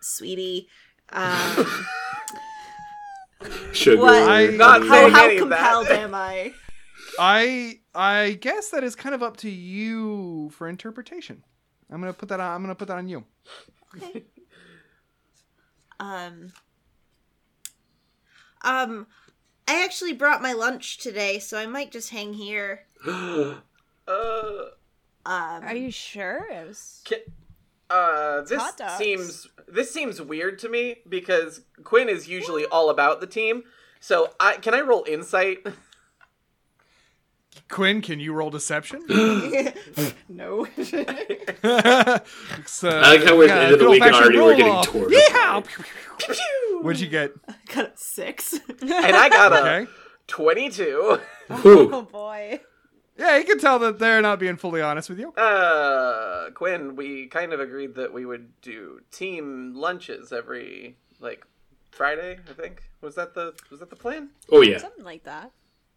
sweetie? Um,
Sugar.
What?
I-
Not
how
saying
how
any of
compelled
that.
am I?
I I guess that is kind of up to you for interpretation. I'm gonna put that on. I'm gonna put that on you.
Okay. um. Um, I actually brought my lunch today, so I might just hang here.
Uh,
Um,
Are you sure? It was.
Ki- uh, this
hot dogs.
seems this seems weird to me because Quinn is usually all about the team. So I can I roll insight?
Quinn, can you roll deception?
No.
so,
I like how we're at the end of the
good
week and
old-fashioned
already we're
roll
getting
off.
torn
Yeehaw! What'd you get?
got a six.
and I
Uh,
got a
Okay.
twenty-two.
oh
Whew.
boy.
Yeah, you can tell that they're not being fully honest with you.
Ah,
Uh, Quinn, we kind of agreed that we would do team lunches every like Friday. I think was that the was that the plan?
Oh yeah.
Something like that.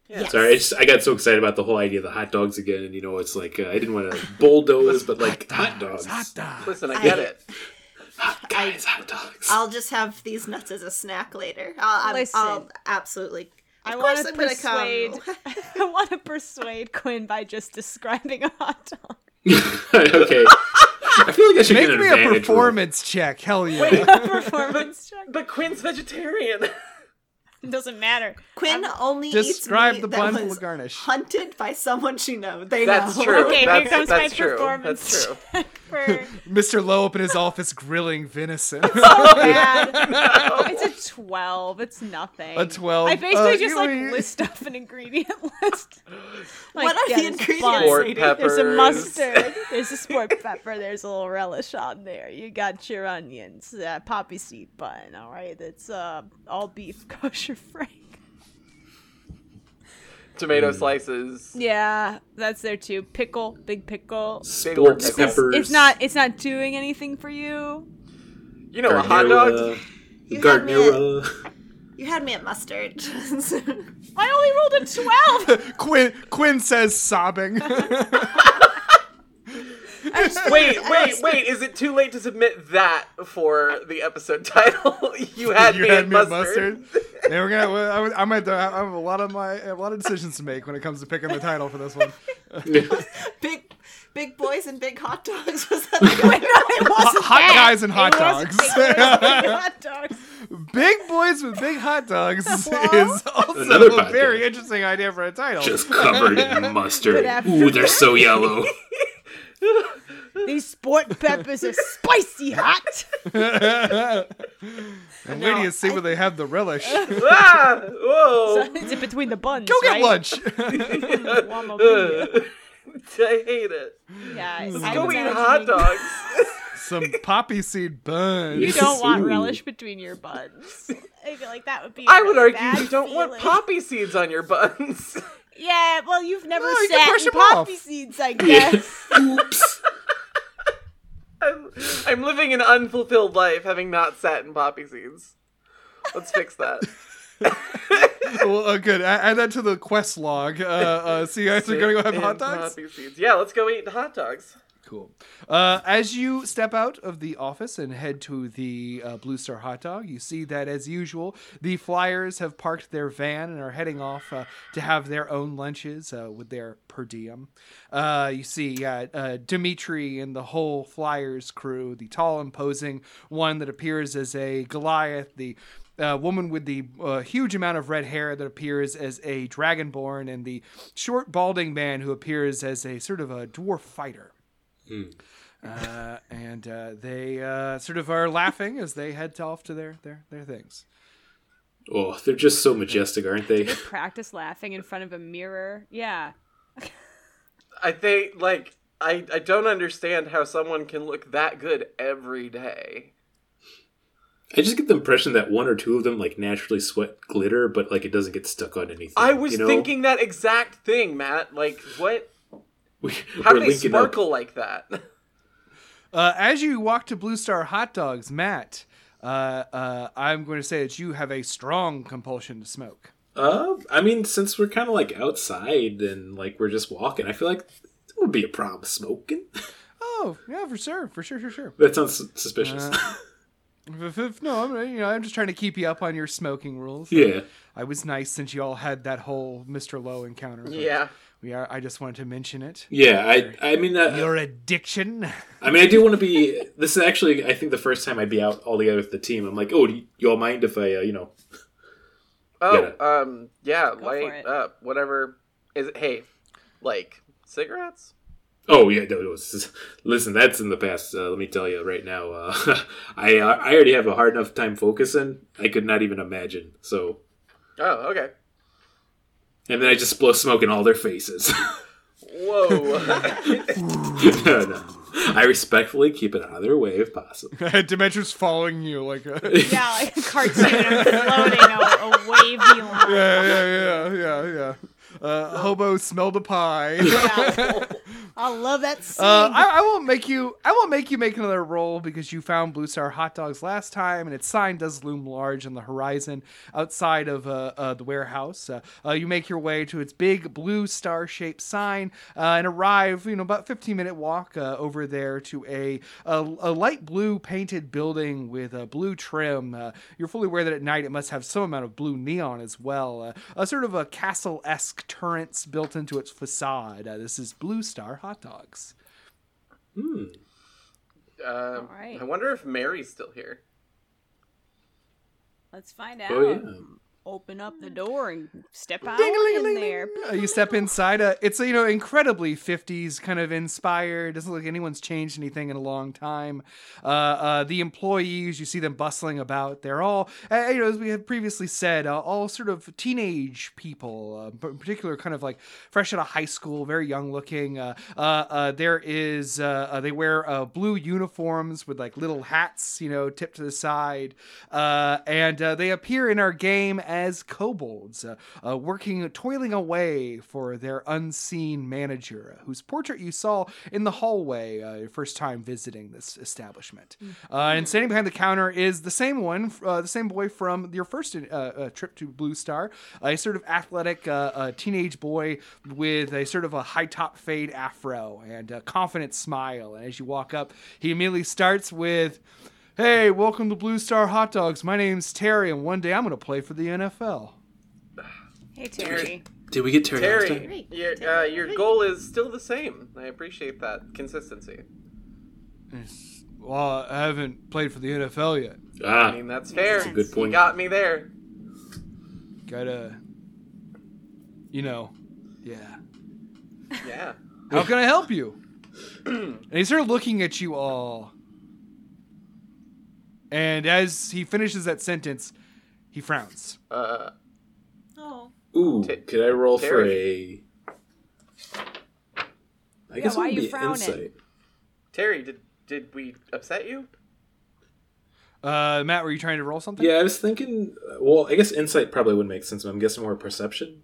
Yes.
Sorry, I, just, I got so excited about the whole idea of the hot dogs again, and you know, it's like uh, I didn't want to bulldoze, but like hot dogs,
Hot dog.
Listen, I
I-
get it.
Hot guys, hot dogs.
I'll just have these nuts as a snack later. I'll, I'm,
Listen.
I'll absolutely. Of
I
course,
want to
I'm gonna
persuade.
come.
I want to persuade Quinn by just describing a hot dog.
okay, I feel like I should get
Make
an
me a
advantage roll.
performance check. Hell yeah.
Performance check
But Quinn's vegetarian.
doesn't matter.
Quinn only
Describe
eats meat
the
that
bundle
was
of garnish.
hunted by someone she knows. They
That's
know.
true.
Okay,
that's,
here comes
that's
my
true.
performance.
That's true.
check for
Mr. Lowe up in his office grilling venison.
bad. It's a twelve. It's nothing.
A 12.
I basically
Uh,
just
you-
like
you-
list off an ingredient list. Like,
What are
yeah,
the
there's a
ingredients? Sport
bun,
Fort
Lady,
There's a
peppers.
mustard. There's a sport pepper. There's a little relish on there. You got your onions, uh, poppy seed bun. All right, that's uh, all beef kosher frank.
Tomato slices.
Yeah, that's there too. Pickle, big pickle.
Sports
Big old
peppers.
It's not. It's not doing anything for you.
You know, a hot dog.
You had me at-
Gardnera.
You had me at mustard.
I only rolled a twelve.
Quinn Quinn says sobbing.
Wait, wait, wait. Is it too late to submit that for the episode title? you had, me, in
at
mustard.
mustard. Yeah, we're gonna. well, I would- I'm gonna. have to- I have a lot of my I have a lot of decisions to make when it comes to picking the title for this one.
big, big boys and big hot dogs. Was that the one?
it wasn't
hot
that.
guys and hot
It wasn't-
dogs.
it wasn't hot dogs.
big boys with big hot dogs
Hello?
is also
Another
a
podcast.
very interesting idea for a title.
just covered in mustard.
after
Ooh, they're so yellow.
These sport peppers are spicy hot.
and wait till you see where they have the relish. Go
Ah, whoa.
Is it between the buns?
get
right?
lunch.
Wamabuya.
I hate it.
Yeah, I- I
Uh, Go
was
eat
imagining-
hot dogs.
Some poppy seed buns.
You don't want
Ooh.
relish between your buns. I feel like that would be. a
I would
really
argue you
bad
don't want
feeling.
poppy seeds on your buns.
Yeah, well, you've never
you can
sat
brush
in
them off.
poppy seeds, I guess.
Oops.
I'm, I'm living an unfulfilled life having not sat in poppy seeds. Let's fix that.
well, uh, good. A- Add that to the quest log. Uh, uh, so you guys are gonna go have hot
In
dogs.
Poppy seeds. Yeah, let's go eat hot dogs.
Cool. Uh, as you step out of the office and head to the uh, Blue Star Hot Dog, you see that, as usual, the Flyers have parked their van and are heading off uh, to have their own lunches uh, with their per diem. Uh, you see uh, uh, Dimitri and the whole Flyers crew, the tall, imposing one that appears as a Goliath, the uh, woman with the uh, huge amount of red hair that appears as a dragonborn, and the short, balding man who appears as a sort of a dwarf fighter. Uh, and uh, they uh, sort of are laughing as they head off to their their, their things.
Oh, they're just so majestic, aren't they?
Practice laughing in front of a mirror. Yeah.
I think like I I don't understand how someone can look that good every day.
I just get the impression that one or two of them like naturally sweat glitter, but like it doesn't get stuck on anything.
I was
you know?
thinking that exact thing, Matt. Like what?
we, we're
How do they
linking up.
sparkle like that?
Uh, as you walk to Blue Star Hot Dogs, Matt, uh, uh, I'm going to say that you have a strong compulsion to smoke.
Uh, I mean, since we're kind of like outside and like we're just walking, I feel like it would be a problem smoking.
Oh yeah, for sure, for sure, for sure.
that sounds sus- suspicious.
If- if- no, I'm you know I'm just trying to keep you up on your smoking rules.
yeah.
I was nice since you all had that whole Mr. Lowe encounter. but
yeah.
we are. I just wanted to mention it.
Yeah, I I mean uh,
Your addiction.
I mean I do want to be this is actually I think the first time I'd be out all together with the team. I'm like, "Oh, do y- you all mind if I, uh, you know,
Oh,
Yeah.
um, yeah, light
it.
up, whatever. Is it, hey, like cigarettes?
Oh yeah, no, no, this is- listen, that's in the past. Uh, let me tell you right now. Uh, I uh, I already have a hard enough time focusing. I could not even imagine. So,
Oh, okay.
and then I just blow smoke in all their faces.
Whoa.
No, no. I respectfully keep it out of their way if possible.
Demetrius following you like a.
Yeah, like a cartoon floating a, a wavy line.
yeah, yeah, yeah, yeah, yeah. Uh, hobo smelled a pie.
I love that scene.
Uh, I, I won't make you. I won't make you make another roll because you found Blue Star Hot Dogs last time, and its sign does loom large on the horizon outside of uh, uh, the warehouse. Uh, uh, you make your way to its big blue star-shaped sign uh, and arrive, you know, about 15-minute walk uh, over there to a, a a light blue painted building with a blue trim. Uh, you're fully aware that at night it must have some amount of blue neon as well. Uh, a sort of a castle-esque turrets built into its facade. Uh, this is Blue Star Hot Dogs.
um,
right.
I wonder if Mary's still here.
Let's find out.
Oh yeah.
Open up the door and step out in there.
Ding-a-ling-a-ling. Uh, You step inside. Uh, it's you know incredibly '50s kind of inspired. Doesn't look like anyone's changed anything in a long time. Uh, uh, the employees, you see them bustling about. They're all, uh, you know, as we had previously said, uh, all sort of teenage people, uh, but in particular, kind of like fresh out of high school, very young looking. Uh, uh, uh, there is, uh, uh, they wear uh, blue uniforms with like little hats, you know, tipped to the side, uh, and uh, they appear in our game as kobolds, uh, uh, working, toiling away for their unseen manager, whose portrait you saw in the hallway uh, your first time visiting this establishment. Uh, and standing behind the counter is the same one, uh, the same boy from your first uh, uh, trip to Blue Star, a sort of athletic uh, uh, teenage boy with a sort of a high top fade afro and a confident smile. And as you walk up, he immediately starts with. Hey, welcome to Blue Star Hot Dogs. My name's Terry, and one day I'm going to play for the NFL.
Hey, Terry.
Did we get Terry? last time?
Terry, your, uh, your goal is still the same. I appreciate that consistency.
Well, I haven't played for the NFL yet.
Ah,
I mean, that's fair.
a good
You
point.
got me there.
Gotta, you know, yeah.
Yeah.
How can I help you? and he started looking at you all. And as he finishes that sentence, he frowns.
Uh,
Oh.
Ooh,
Ta-
could I roll for a?
Terry.
I guess
why
it
you
would be
frowning?
insight.
Terry, did did we upset you?
Uh, Matt, were you trying to roll something?
Yeah, I was thinking. uh, Well, I guess insight probably would make sense. but I'm guessing more perception.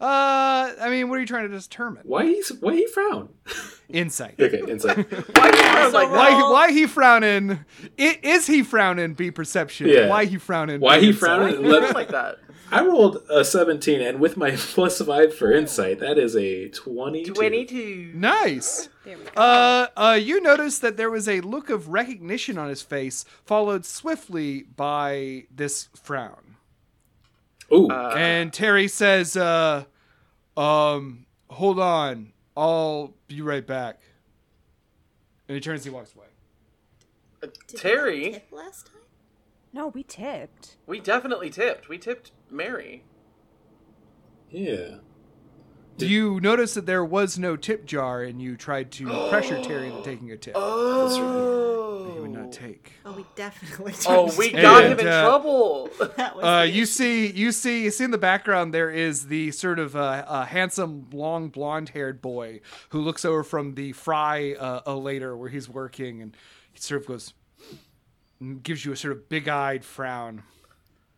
Uh, I mean, what are you trying to determine?
Why he? Why he frown?
Insight.
Okay, insight.
Why do you sound like that?
Why, why he frowning? It, is he frowning? Be perception.
Yeah.
Why he frowning?
Why
be
he
insight.
frowning?
Why do you sound
Let,
like that?
I rolled a 17, and with my plus 5 for insight, that is a 22.
22.
Nice.
There we go.
Uh, uh, you notice that there was a look of recognition on his face, followed swiftly by this frown.
Ooh,
And Terry says, uh, um, hold on. I'll be right back. And he turns and he walks away.
Uh, Terry,
last time?
no, we tipped.
we definitely tipped. We tipped Mary.
yeah.
You notice that there was no tip jar, and you tried to pressure Terry into taking a tip.
Oh.
He would not take.
Oh, we definitely.
Oh, we
And,
got him in
uh,
trouble.
That was
Uh,
the-
you see, you see, you see in the background there is the sort of uh, uh, handsome, long, blonde-haired boy who looks over from the fry uh, uh, later where he's working, and he sort of goes, mm, gives you a sort of big-eyed frown.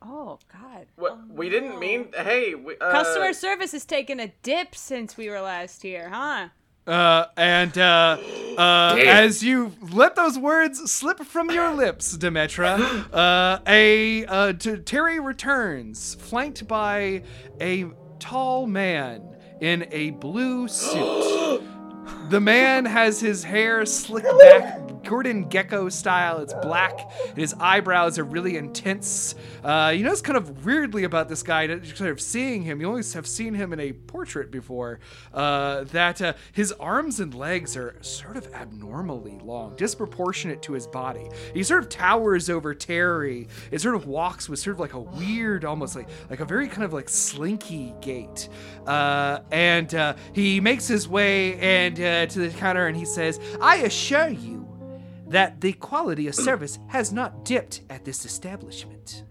Oh God.
What- we didn't mean. Hey, we, uh,
Customer service has taken a dip since we were last here, huh?
Uh, and uh, uh,
Damn.
as you let those words slip from your lips, Demetra, uh, a uh, t- Terry returns, flanked by a tall man in a blue suit. the man has his hair slicked back, Gordon Gecko style. It's black, and his eyebrows are really intense. Uh, you know, it's kind of weirdly about this guy, that you're sort of seeing him. You only have seen him in a portrait before. Uh, that uh, his arms and legs are sort of abnormally long, disproportionate to his body. He sort of towers over Terry. It sort of walks with sort of like a weird, almost like like a very kind of like slinky gait. Uh, and uh, he makes his way and uh, to the counter, and he says, "I assure you." That the quality of service has not dipped at this establishment.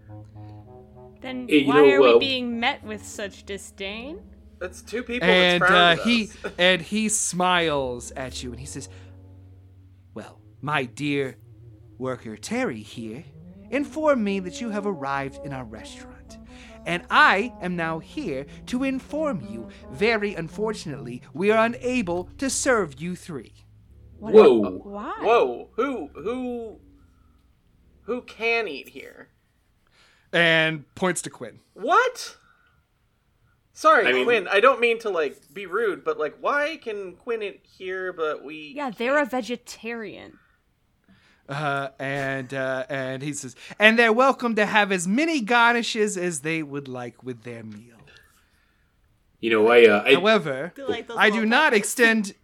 Then
Hey, you
why
know,
are we
uh,
being met with such disdain?
That's two people.
and
that's frowned
uh,
at
he
us.
and he smiles at you and he says, "Well, my dear worker Terry here informed me that you have arrived in our restaurant, and I am now here to inform you. Very unfortunately, we are unable to serve you three.
What
Whoa.
Why?
Whoa, who who who can eat here?
And points to Quinn.
What? Sorry,
I mean-
Quinn. I don't mean to like be rude, but like, why can Quinn eat here? But we
Yeah, they're a vegetarian.
Uh, and uh, and he says, and they're welcome to have as many garnishes as they would like with their meal.
You know, I, uh, I
However,
Be like those
I do
little
not extend.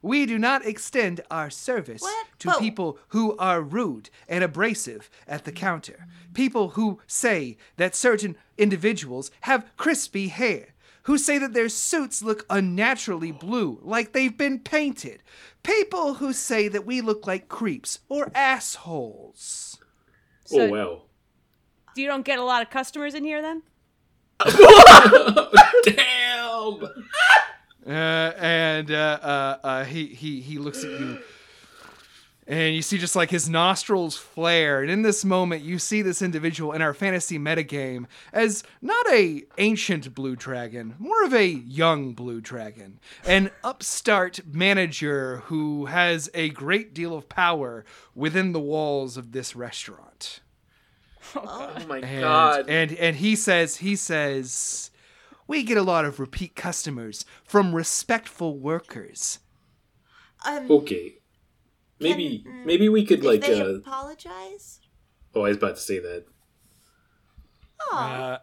We do not extend our service
What?
to
Whoa.
people who are rude and abrasive at the counter. People who say that certain individuals have crispy hair. Who say that their suits look unnaturally blue, like they've been painted. People who say that we look like creeps or assholes.
So
oh well.
you don't get a lot of customers in here then?
Damn.
Uh, and uh, uh, uh, he he he looks at you, and you see just like his nostrils flare. And in this moment, you see this individual in our fantasy metagame as not a ancient blue dragon, more of a young blue dragon, an upstart manager who has a great deal of power within the walls of this restaurant.
Oh my
And,
god!
and and he says he says we get a lot of repeat customers from respectful workers.
Um,
Okay. Maybe maybe we could
did
like
they
uh
apologize?
oh I was about to say that.
Oh,
Uh,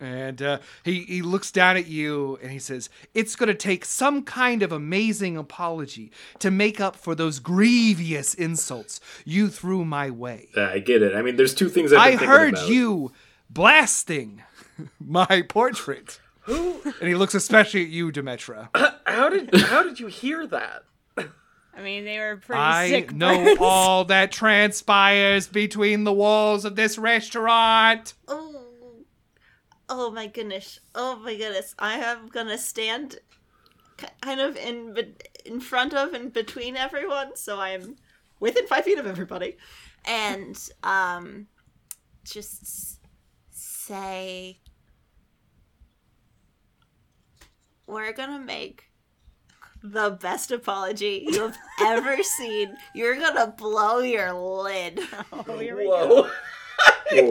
and uh, he he looks down at you and he says, "It's going to take some kind of amazing apology to make up for those grievous insults you threw my way.
Uh, I get it. I mean there's two things I've been
I
thinking
heard
about.
you blasting my portrait."
who?
And he looks especially at you, Demetra.
How did how did you hear that?
I mean, they were pretty
I
sick.
know
birds.
all that transpires between the walls of this restaurant.
oh, oh my goodness! Oh my goodness! I am gonna stand ki- kind of in be- in front of and between everyone, so I am within five feet of everybody, and um, just s- say we're gonna make the best apology you've ever seen. You're gonna blow your lid.
Oh, here we go.
Whoa!
Oh,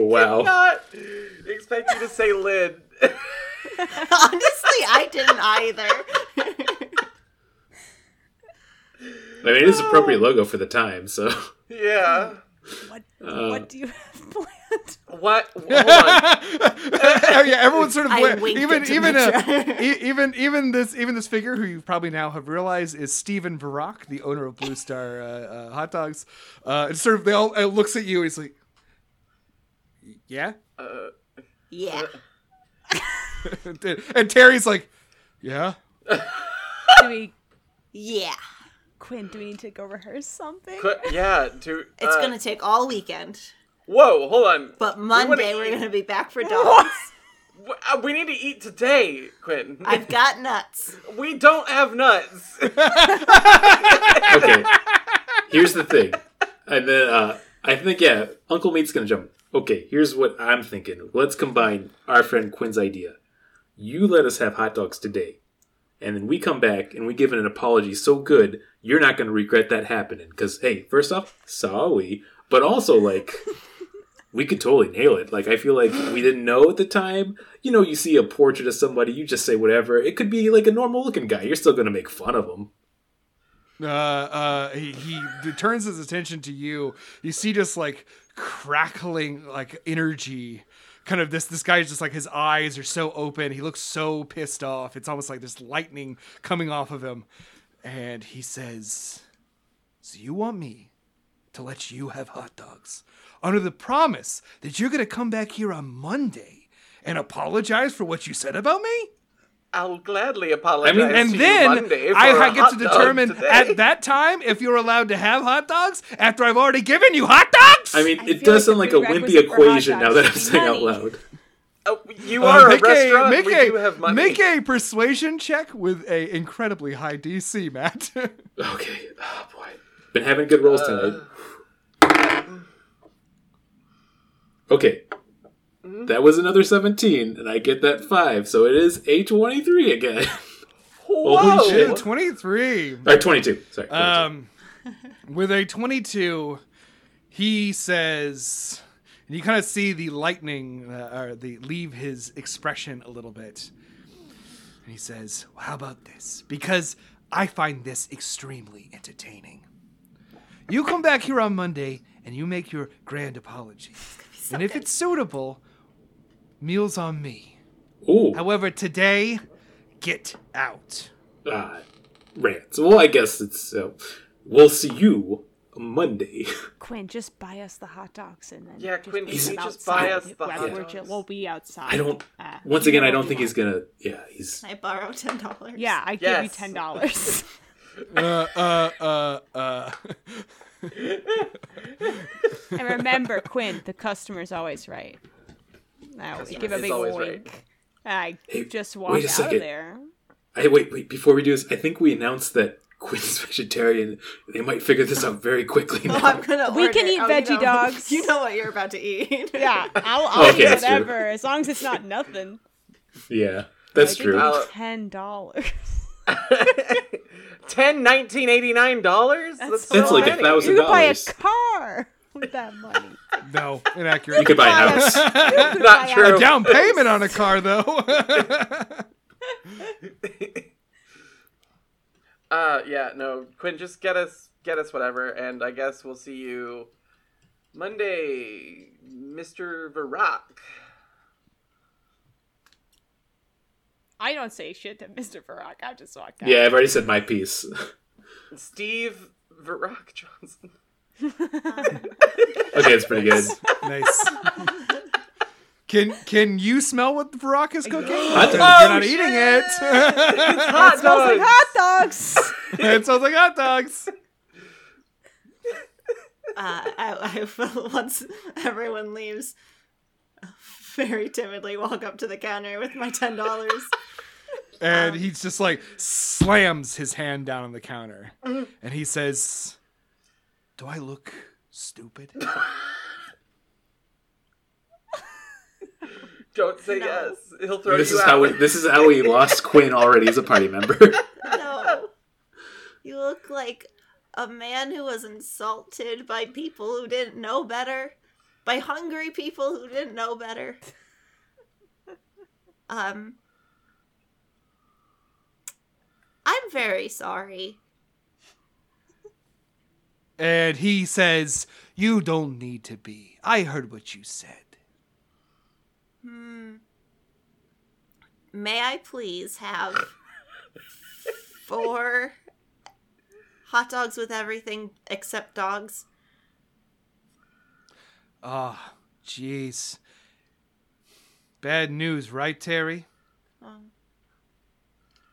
wow.
Not expect you to say Lynn.
Honestly, I didn't either.
I mean, it is appropriate logo for the time, so.
yeah.
What,
Uh,
what do you have planned?
What? Hold on.
Oh, yeah, everyone's sort of
I
bland.
winked
even
at
even
Demetra.
uh, e- even even this even this figure who you probably now have realized is Stephen Varrock, the owner of Blue Star uh, uh, Hot Dogs. Uh, it's sort of they all it looks at you. He's like, yeah,
Uh,
yeah.
and Terry's like, yeah.
do we,
Yeah.
Quinn, do we need to go rehearse something?
qu- yeah. Do,
It's
uh,
gonna take all weekend.
Whoa, hold on.
But
wanna
Monday we
eat.
are gonna be back for dogs.
W- uh, We need to eat today, Quinn.
I've got nuts.
we don't have nuts.
Okay. Here's the thing. And then, uh, I think, yeah, Uncle Meat's gonna jump. Okay, here's what I'm thinking. Let's combine our friend Quinn's idea. You let us have hot dogs today. And then we come back and we give an apology so good, you're not gonna regret that happening. Because, hey, first off, sorry. But also, like, we could totally nail it. Like I feel like we didn't know at the time. You know, you see a portrait of somebody, you just say whatever. It could be like a normal looking guy. You're still gonna make fun of him.
uh, uh, he, he d- turns his attention to you. You see just like crackling like energy. Kind of this this guy is just like his eyes are so open. He looks so pissed off. It's almost like there's lightning coming off of him. And he says, So you want me to let you have hot dogs under the promise that you're gonna come back here on Monday and apologize for what you said about me?
I'll gladly apologize.
and
to
then
you Monday for
I
a
ha- get to
hot dog
determine
today.
at that time if you're allowed to have hot dogs after I've already given you hot dogs.
I mean,
I
it
feel
does sound
like
like
the
a wimpy
prerequisite for hot
equation now
dogs
that I'm
should be
saying out
money.
loud.
Oh, you
Uh,
are
make,
a restaurant.
a, make,
we
a,
do have money.
make a persuasion check with a incredibly high DC, Matt.
Okay. Oh boy. Been having good rolls tonight. Okay. That was another 17, and I get that 5, so it is A23 again.
Whoa.
Holy
Yeah,
shit.
23.
or 22. Sorry. 22.
Um, with a 22, he says, and you kind of see the lightning uh, or the leave his expression a little bit. And he says, well, "How about this? Because I find this extremely entertaining. You come back here on Monday and you make your grand apology, and if it's suitable, meals on me.
Ooh.
However, today, get out."
uh, rants. Well, I guess it's. Uh, we'll see you Monday.
Quinn, just buy us the hot dogs and then.
Yeah,
just
Quinn,
eat
can
them
you
just buy
outside.
us the
Well,
hot
we're
dogs?
ju- We'll be outside.
I don't.
Uh,
Ah. Once
you
again,
know
I
what
don't
we
think
want.
he's gonna. Yeah, he's.
I borrow ten dollars.
Yeah, I give you
Yes.
ten dollars.
Uh, uh, uh, uh.
and remember, Quinn, the customer's always right. Now we give a
is
big
always
wink. I
right.
Hey,
just
wait a
walk out
second.
of there.
I wait, wait. Before we do this, I think we announced that Quinn's vegetarian. They might figure this out very quickly.
Oh,
Now.
I'm gonna
We
order-
can eat
oh,
veggie
you know-
dogs.
You know what you're about to eat. Uh,
Yeah, I'll, I'll
Okay,
eat
that's true.
whatever as long as it's not nothing.
yeah, that's
I give
true.
you
I'll-
Ten dollars.
Ten nineteen eighty nine dollars.
That's
That's like a
many.
thousand
You could buy a
dollars.
car with that money.
No,
You
inaccurate.
could buy a house.
You could
Not
buy a-
true.
a down payment on a car, though.
Uh, yeah, no, Quinn, just get us, get us whatever, and I guess we'll see you Monday, Mister Varrock.
I don't say shit to Mr. Barack. I just walk out.
yeah, I've already said my piece.
Steve Varrock Johnson.
Okay, it's pretty good.
nice. Can can you smell what the Barack is cooking?
Oh,
Hot
You're
dog.
not eating it.
Hot
Smells like
dogs.
hot dogs.
it sounds like hot dogs.
uh, I, I once everyone leaves, very timidly walk up to the counter with my ten dollars.
And he's just like slams his hand down on the counter, and he says, "Do I look stupid?"
Don't say yes. He'll throw
This
you
is
out.
how we, this is how we lost Quinn already as a party member.
no, you look like a man who was insulted by people who didn't know better. by hungry people who didn't know better. Um, I'm very sorry.
And he says, You don't need to be. I heard what you said.
Hmm. May I please have four hot dogs with everything except dogs?
Ah, jeez. Bad news, right, Terry?
Um,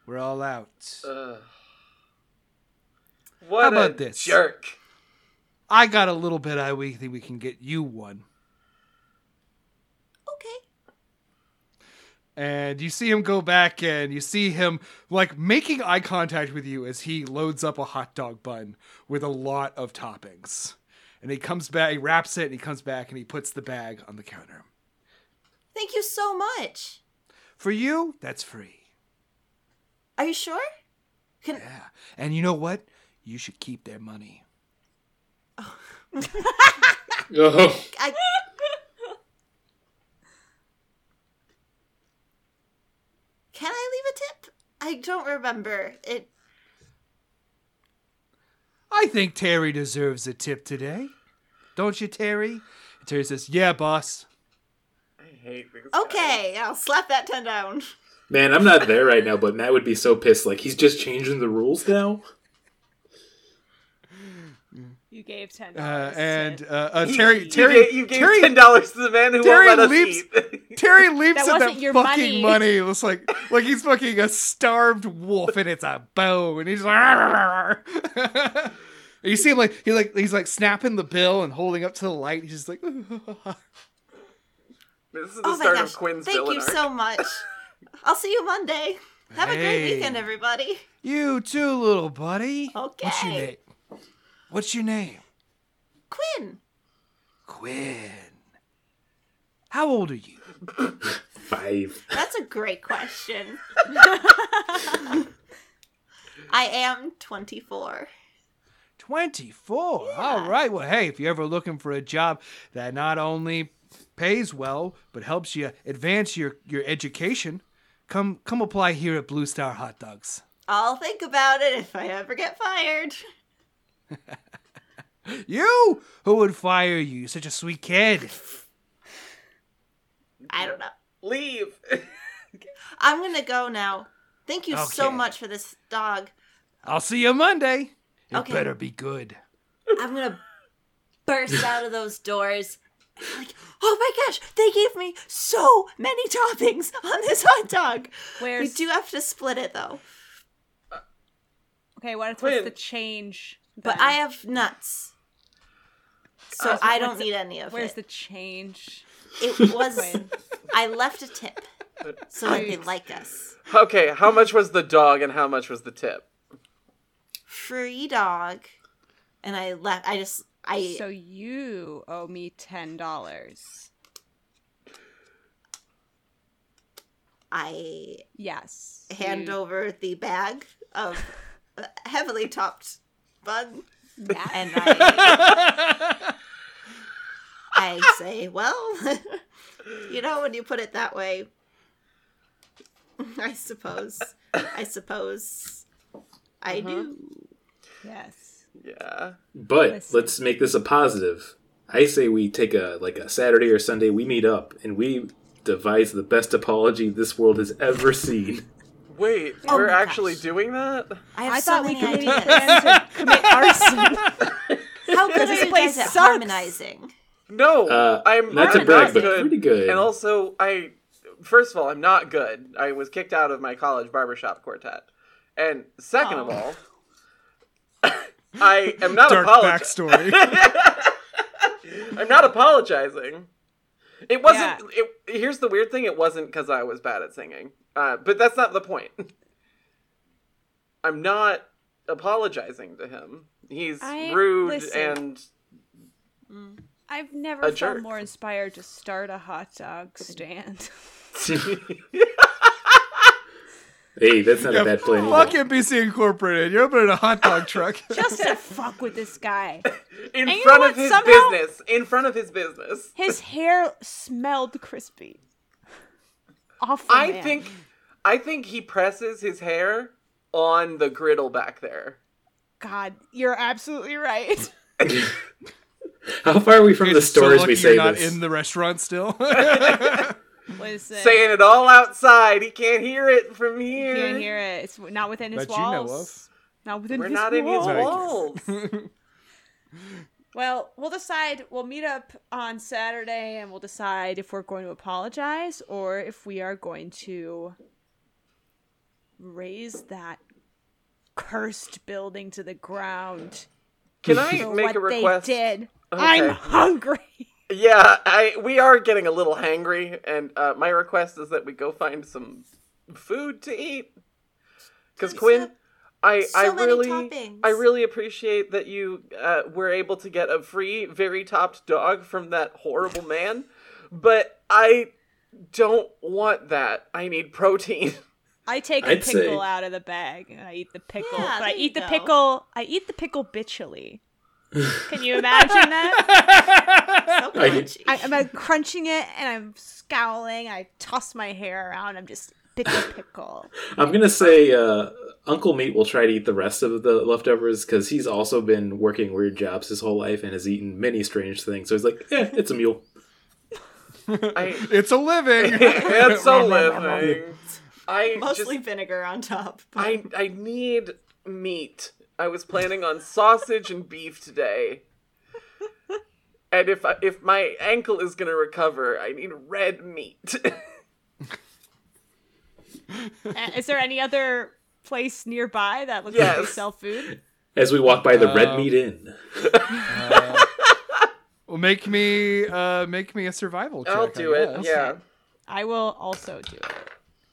We're all out.
Ugh. What
about
a
this?
jerk.
I got a little bit. I we think we can get you one.
okay.
And you see him go back, and you see him like making eye contact with you as he loads up a hot dog bun with a lot of toppings. And he comes back, he wraps it, and he comes back, and he puts the bag on the counter.
Thank you so much.
For you, that's free.
Are you sure? Can
Yeah. And you know what? You should keep their money.
Oh,
I? Can I leave a tip? I don't remember it.
I think Terry deserves a tip today. Don't you, Terry? And Terry says, Yeah, boss.
I hate these guys.
Okay, I'll slap that ten down.
man, I'm not there right now, but Matt would be so pissed. Like he's just changing the rules now.
You gave ten
Uh,
dollars.
and uh, uh,
You-
Terry,
you,
Terry,
gave, you gave
Terry,
ten dollars to the man who
Terry
won't let us
leaps-
eat.
Terry leaps
That
at that
wasn't your
fucking money.
money.
Looks like like he's fucking a starved wolf and it's a bone, and he's like. "Arr, arr, arr." You see him like he like he's like snapping the bill and holding up to the light. He's just like,
this is the
Oh my
start
gosh!
of Quinn's
Thank
villain
you
arc.
so much. I'll see you Monday. Have a
Hey.
great weekend, everybody.
"You too, little buddy. What's your name?
Okay.
What's your name?
Quinn,
Quinn. How old are you?
Five.
that's a great question. I am 24.
24. All right. Well, hey, if you're ever looking for a job that not only pays well but helps you advance your your education, come come apply here at Blue Star Hot Dogs.
I'll think about it if I ever get fired.
You? Who would fire you? You're such a sweet kid.
I don't know.
Leave.
I'm gonna go now. Thank you so
Okay.
much for this dog.
I'll see you Monday. It
Okay.
better be good.
I'm gonna burst out of those doors. Like, oh my gosh, they gave me so many toppings on this hot dog. We
Where's
do have to split it though.
okay? What, what's the
Quinn.
change?
But
then?
I have nuts. So
Uh, so
I don't
what's-
need any of
Where's
it.
the change?
It was
Quinn?
I left a tip so that they
Right.
like us.
okay, how much was the dog and how much was the tip?
Free dog. And I left I just I
So you owe me ten dollars.
I
Yes.
hand
you-
over the bag of uh, heavily topped bun
Yeah.
and I, I say, well, you know, when you put it that way, I suppose, I suppose I do.
yes.
Yeah.
But
Listen.
let's make this a positive. I say we take a like a Saturday or Sunday. We meet up and we devise the best apology this world has ever seen.
Wait,
Oh
we're
my gosh.
actually doing that?
I have
I
so
thought we
many
could maybe
ideas.
plan to commit arson.
How good are
This
you
place
guys at
sucks.
harmonizing?
No,
Uh,
I'm
not to
I'm
brag,
not
but
good.
pretty good.
And also, I first of all, I'm not good. I was kicked out of my college barbershop quartet, and second
Oh.
of all, I am not
Dark
apologizing.
backstory.
I'm not apologizing. It wasn't.
Yeah.
It, here's the weird thing: it wasn't because I was bad at singing. Uh, but that's not the point. I'm not apologizing to him. He's
I-
rude
listen.
and
I've never
A
felt
jerk.
more inspired to start a hot dog stand.
Hey, that's not a bad plan.
Fuck
either.
NBC Incorporated. You're opening a hot dog truck.
Just to fuck with this guy. you
in
know
front
what?
of his
Somehow-
business. In front of his business.
His hair smelled crispy. Awful.
I
man.
think, I think he presses his hair on the griddle back there.
God, you're absolutely right.
How far are we from
You're
the
just so
stores
lucky
we say
you're not
this?
in the restaurant still.
Listen,
Saying it all outside. He can't hear it from here.
you can't hear it. It's not within his
That you know
walls. Not within
We're
his
not in his
walls.
walls.
Well, we'll decide. We'll meet up on Saturday, and we'll decide if we're going to apologize or if we are going to raise that cursed building to the ground.
Can I
for
make
what
a request?
They did.
Okay.
I'm hungry.
Yeah, I we are getting a little hangry, and uh, my request is that we go find some food to eat. Because
There's
Quinn,
so-
I
so
I
many
really
toppings.
I really appreciate that you uh, were able to get a free very topped dog from that horrible man, but I don't want that. I need protein.
I take a
I'd
pickle
say-
out of the bag and I eat the pickle.
Yeah,
but I
there
eat
you
the
go.
pickle. I eat the pickle bitchily. Can you imagine that?
So crunchy.
I, I'm uh, crunching it and I'm scowling. I toss my hair around. I'm just pickle pickle.
I'm gonna say uh, Uncle Meat will try to eat the rest of the leftovers because he's also been working weird jobs his whole life and has eaten many strange things. So he's like, eh, it's a mule.
I
it's a living.
it's a living. I
Mostly
just,
vinegar on top. but-
I I need meat. I was planning on sausage and beef today. And if I, if my ankle is going to recover, I need red meat.
Uh, Is there any other place nearby that looks like they
Yes.
sell food?
As we walk by the
Uh,
Red Meat Inn,
Well, make me uh, make me a survival check.
I'll
I
do it.
guess.
Yeah.
I will also do it.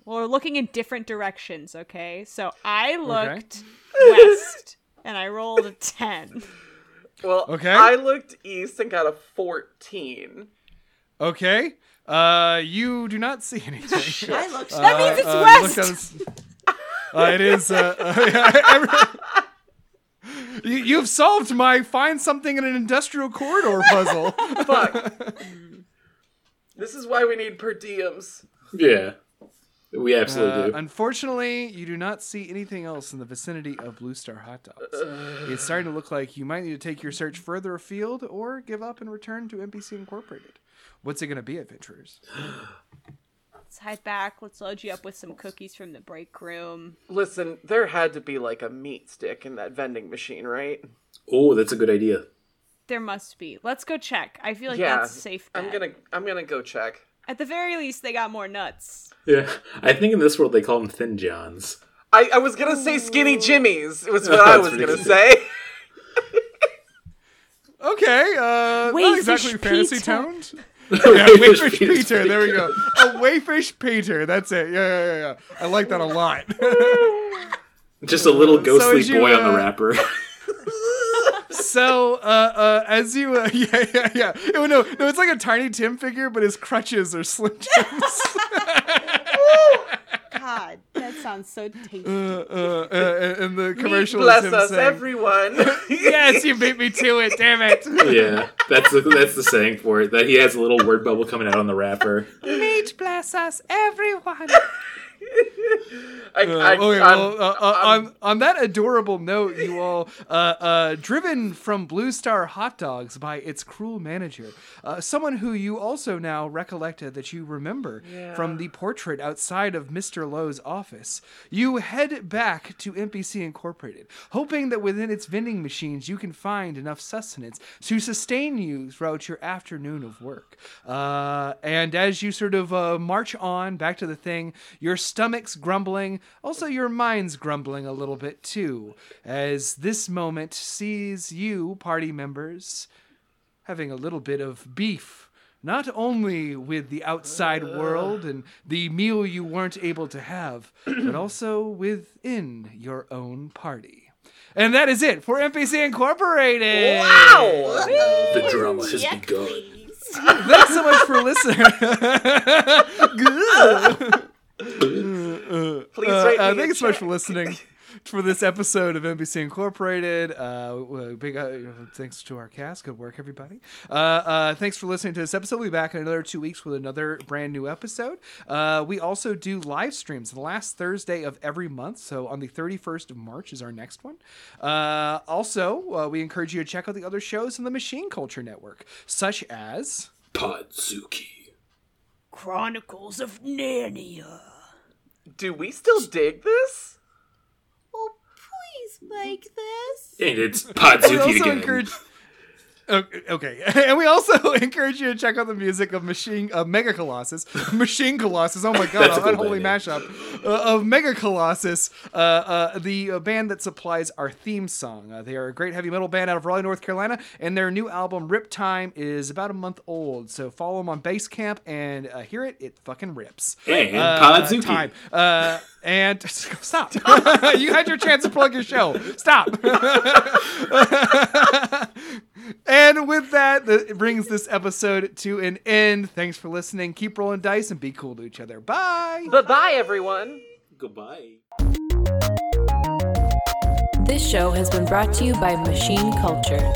Well, we're looking in different directions, okay? So I looked west and I rolled a 10.
Well,
Okay.
I looked east and got a 14.
Okay. Uh, you do not see anything.
I looked.
Uh,
means it's
uh, you
west.
looked at this- Uh, it is. Uh, uh, yeah, every- you, you've solved my find something in an industrial corridor puzzle.
Fuck. this is why we need per diems.
yeah, we absolutely
Uh,
do.
unfortunately, you do not see anything else in the vicinity of Blue Star Hot Dogs. it's starting to look like you might need to take your search further afield or give up and return to NPC Incorporated. What's it going to be, adventurers?
Let's head back. Let's load you up with some cookies from the break room.
Listen, there had to be like a meat stick in that vending machine, right?
Oh, that's a good idea.
There must be. Let's go check. I feel like
yeah.
that's a safe. Bet.
I'm going to I'm going to go check.
At the very least, they got more nuts.
Yeah, I think in this world they call them Thin Johns.
I, I was gonna say skinny jimmies. It was what
That's
I was gonna
ridiculous.
say.
Okay, uh, not
Wayfish
exactly fantasy
Peter.
town.
Yeah,
Wayfish Peter, there we go. A Wayfish Peter, that's it. Yeah, yeah, yeah. yeah. I like that a lot.
Just a little ghostly
as you,
boy on
uh,
the wrapper.
so, uh, uh, as you, uh, yeah, yeah, yeah. Oh, no, no, it's like a Tiny Tim figure, but his crutches are Slim Jims.
God, that sounds so tasty.
uh, uh, uh, and the
Meat
commercial
bless
is him
us,
saying,
everyone.
"Yes, you beat me to it. Damn it!
yeah, that's the, that's the saying for it. That he has a little word bubble coming out on the wrapper.
Meat bless us, everyone."
I,
Uh,
I,
okay,
I'm-
well, uh, uh, on, on that adorable note, you all, uh, uh, driven from Blue Star Hot Dogs by its cruel manager, uh, someone who you also now recollected that you remember from the portrait outside of Mr. Lowe's office, you head back to NPC Incorporated, hoping that within its vending machines you can find enough sustenance to sustain you throughout your afternoon of work. Uh, and as you sort of uh, march on back to the thing, your stomach's grumbling, also your mind's grumbling a little bit too, as this moment sees you, party members, having a little bit of beef. Not only with the outside world and the meal you weren't able to have, but also within your own party. And that is it for NPC Incorporated.
Wow!
The drama has
Check,
begun.
please.
Thanks so much for listening. Good. Uh,
Please
uh,
write
uh,
me a
thank you so much for
check.
listening for this episode of NBC Incorporated. Uh, w- big uh, thanks to our cast. Good work, everybody. Uh, uh, thanks for listening to this episode. We'll be back in another two weeks with another brand new episode. Uh, we also do live streams the last Thursday of every month. So on the 31st of March is our next one. Uh, also, uh, we encourage you to check out the other shows in the Machine Culture Network, such as.
Podzuki.
Chronicles of Narnia.
Do we still dig this?
Oh, please make this.
And it's
we
Podzuki
also
again.
encourage. Okay, okay. and we also encourage you to check out the music of Machine of Mega Colossus, Machine Colossus. Oh my god,
That's a
an
good
unholy
band
mashup uh, of Mega Colossus, uh, uh, the uh, band that supplies our theme song. Uh, they are a great heavy metal band out of Raleigh, North Carolina, and their new album Rip Time is about a month old. So follow them on Basecamp and uh, hear it. It fucking rips.
and
Uh,
Podzuki.
time. Uh, and stop. you had your chance to plug your show. Stop. and with that, that brings this episode to an end. Thanks for listening. Keep rolling dice and be cool to each other. Bye.
Bye bye, everyone.
Goodbye.
This show has been brought to you by Machine Culture.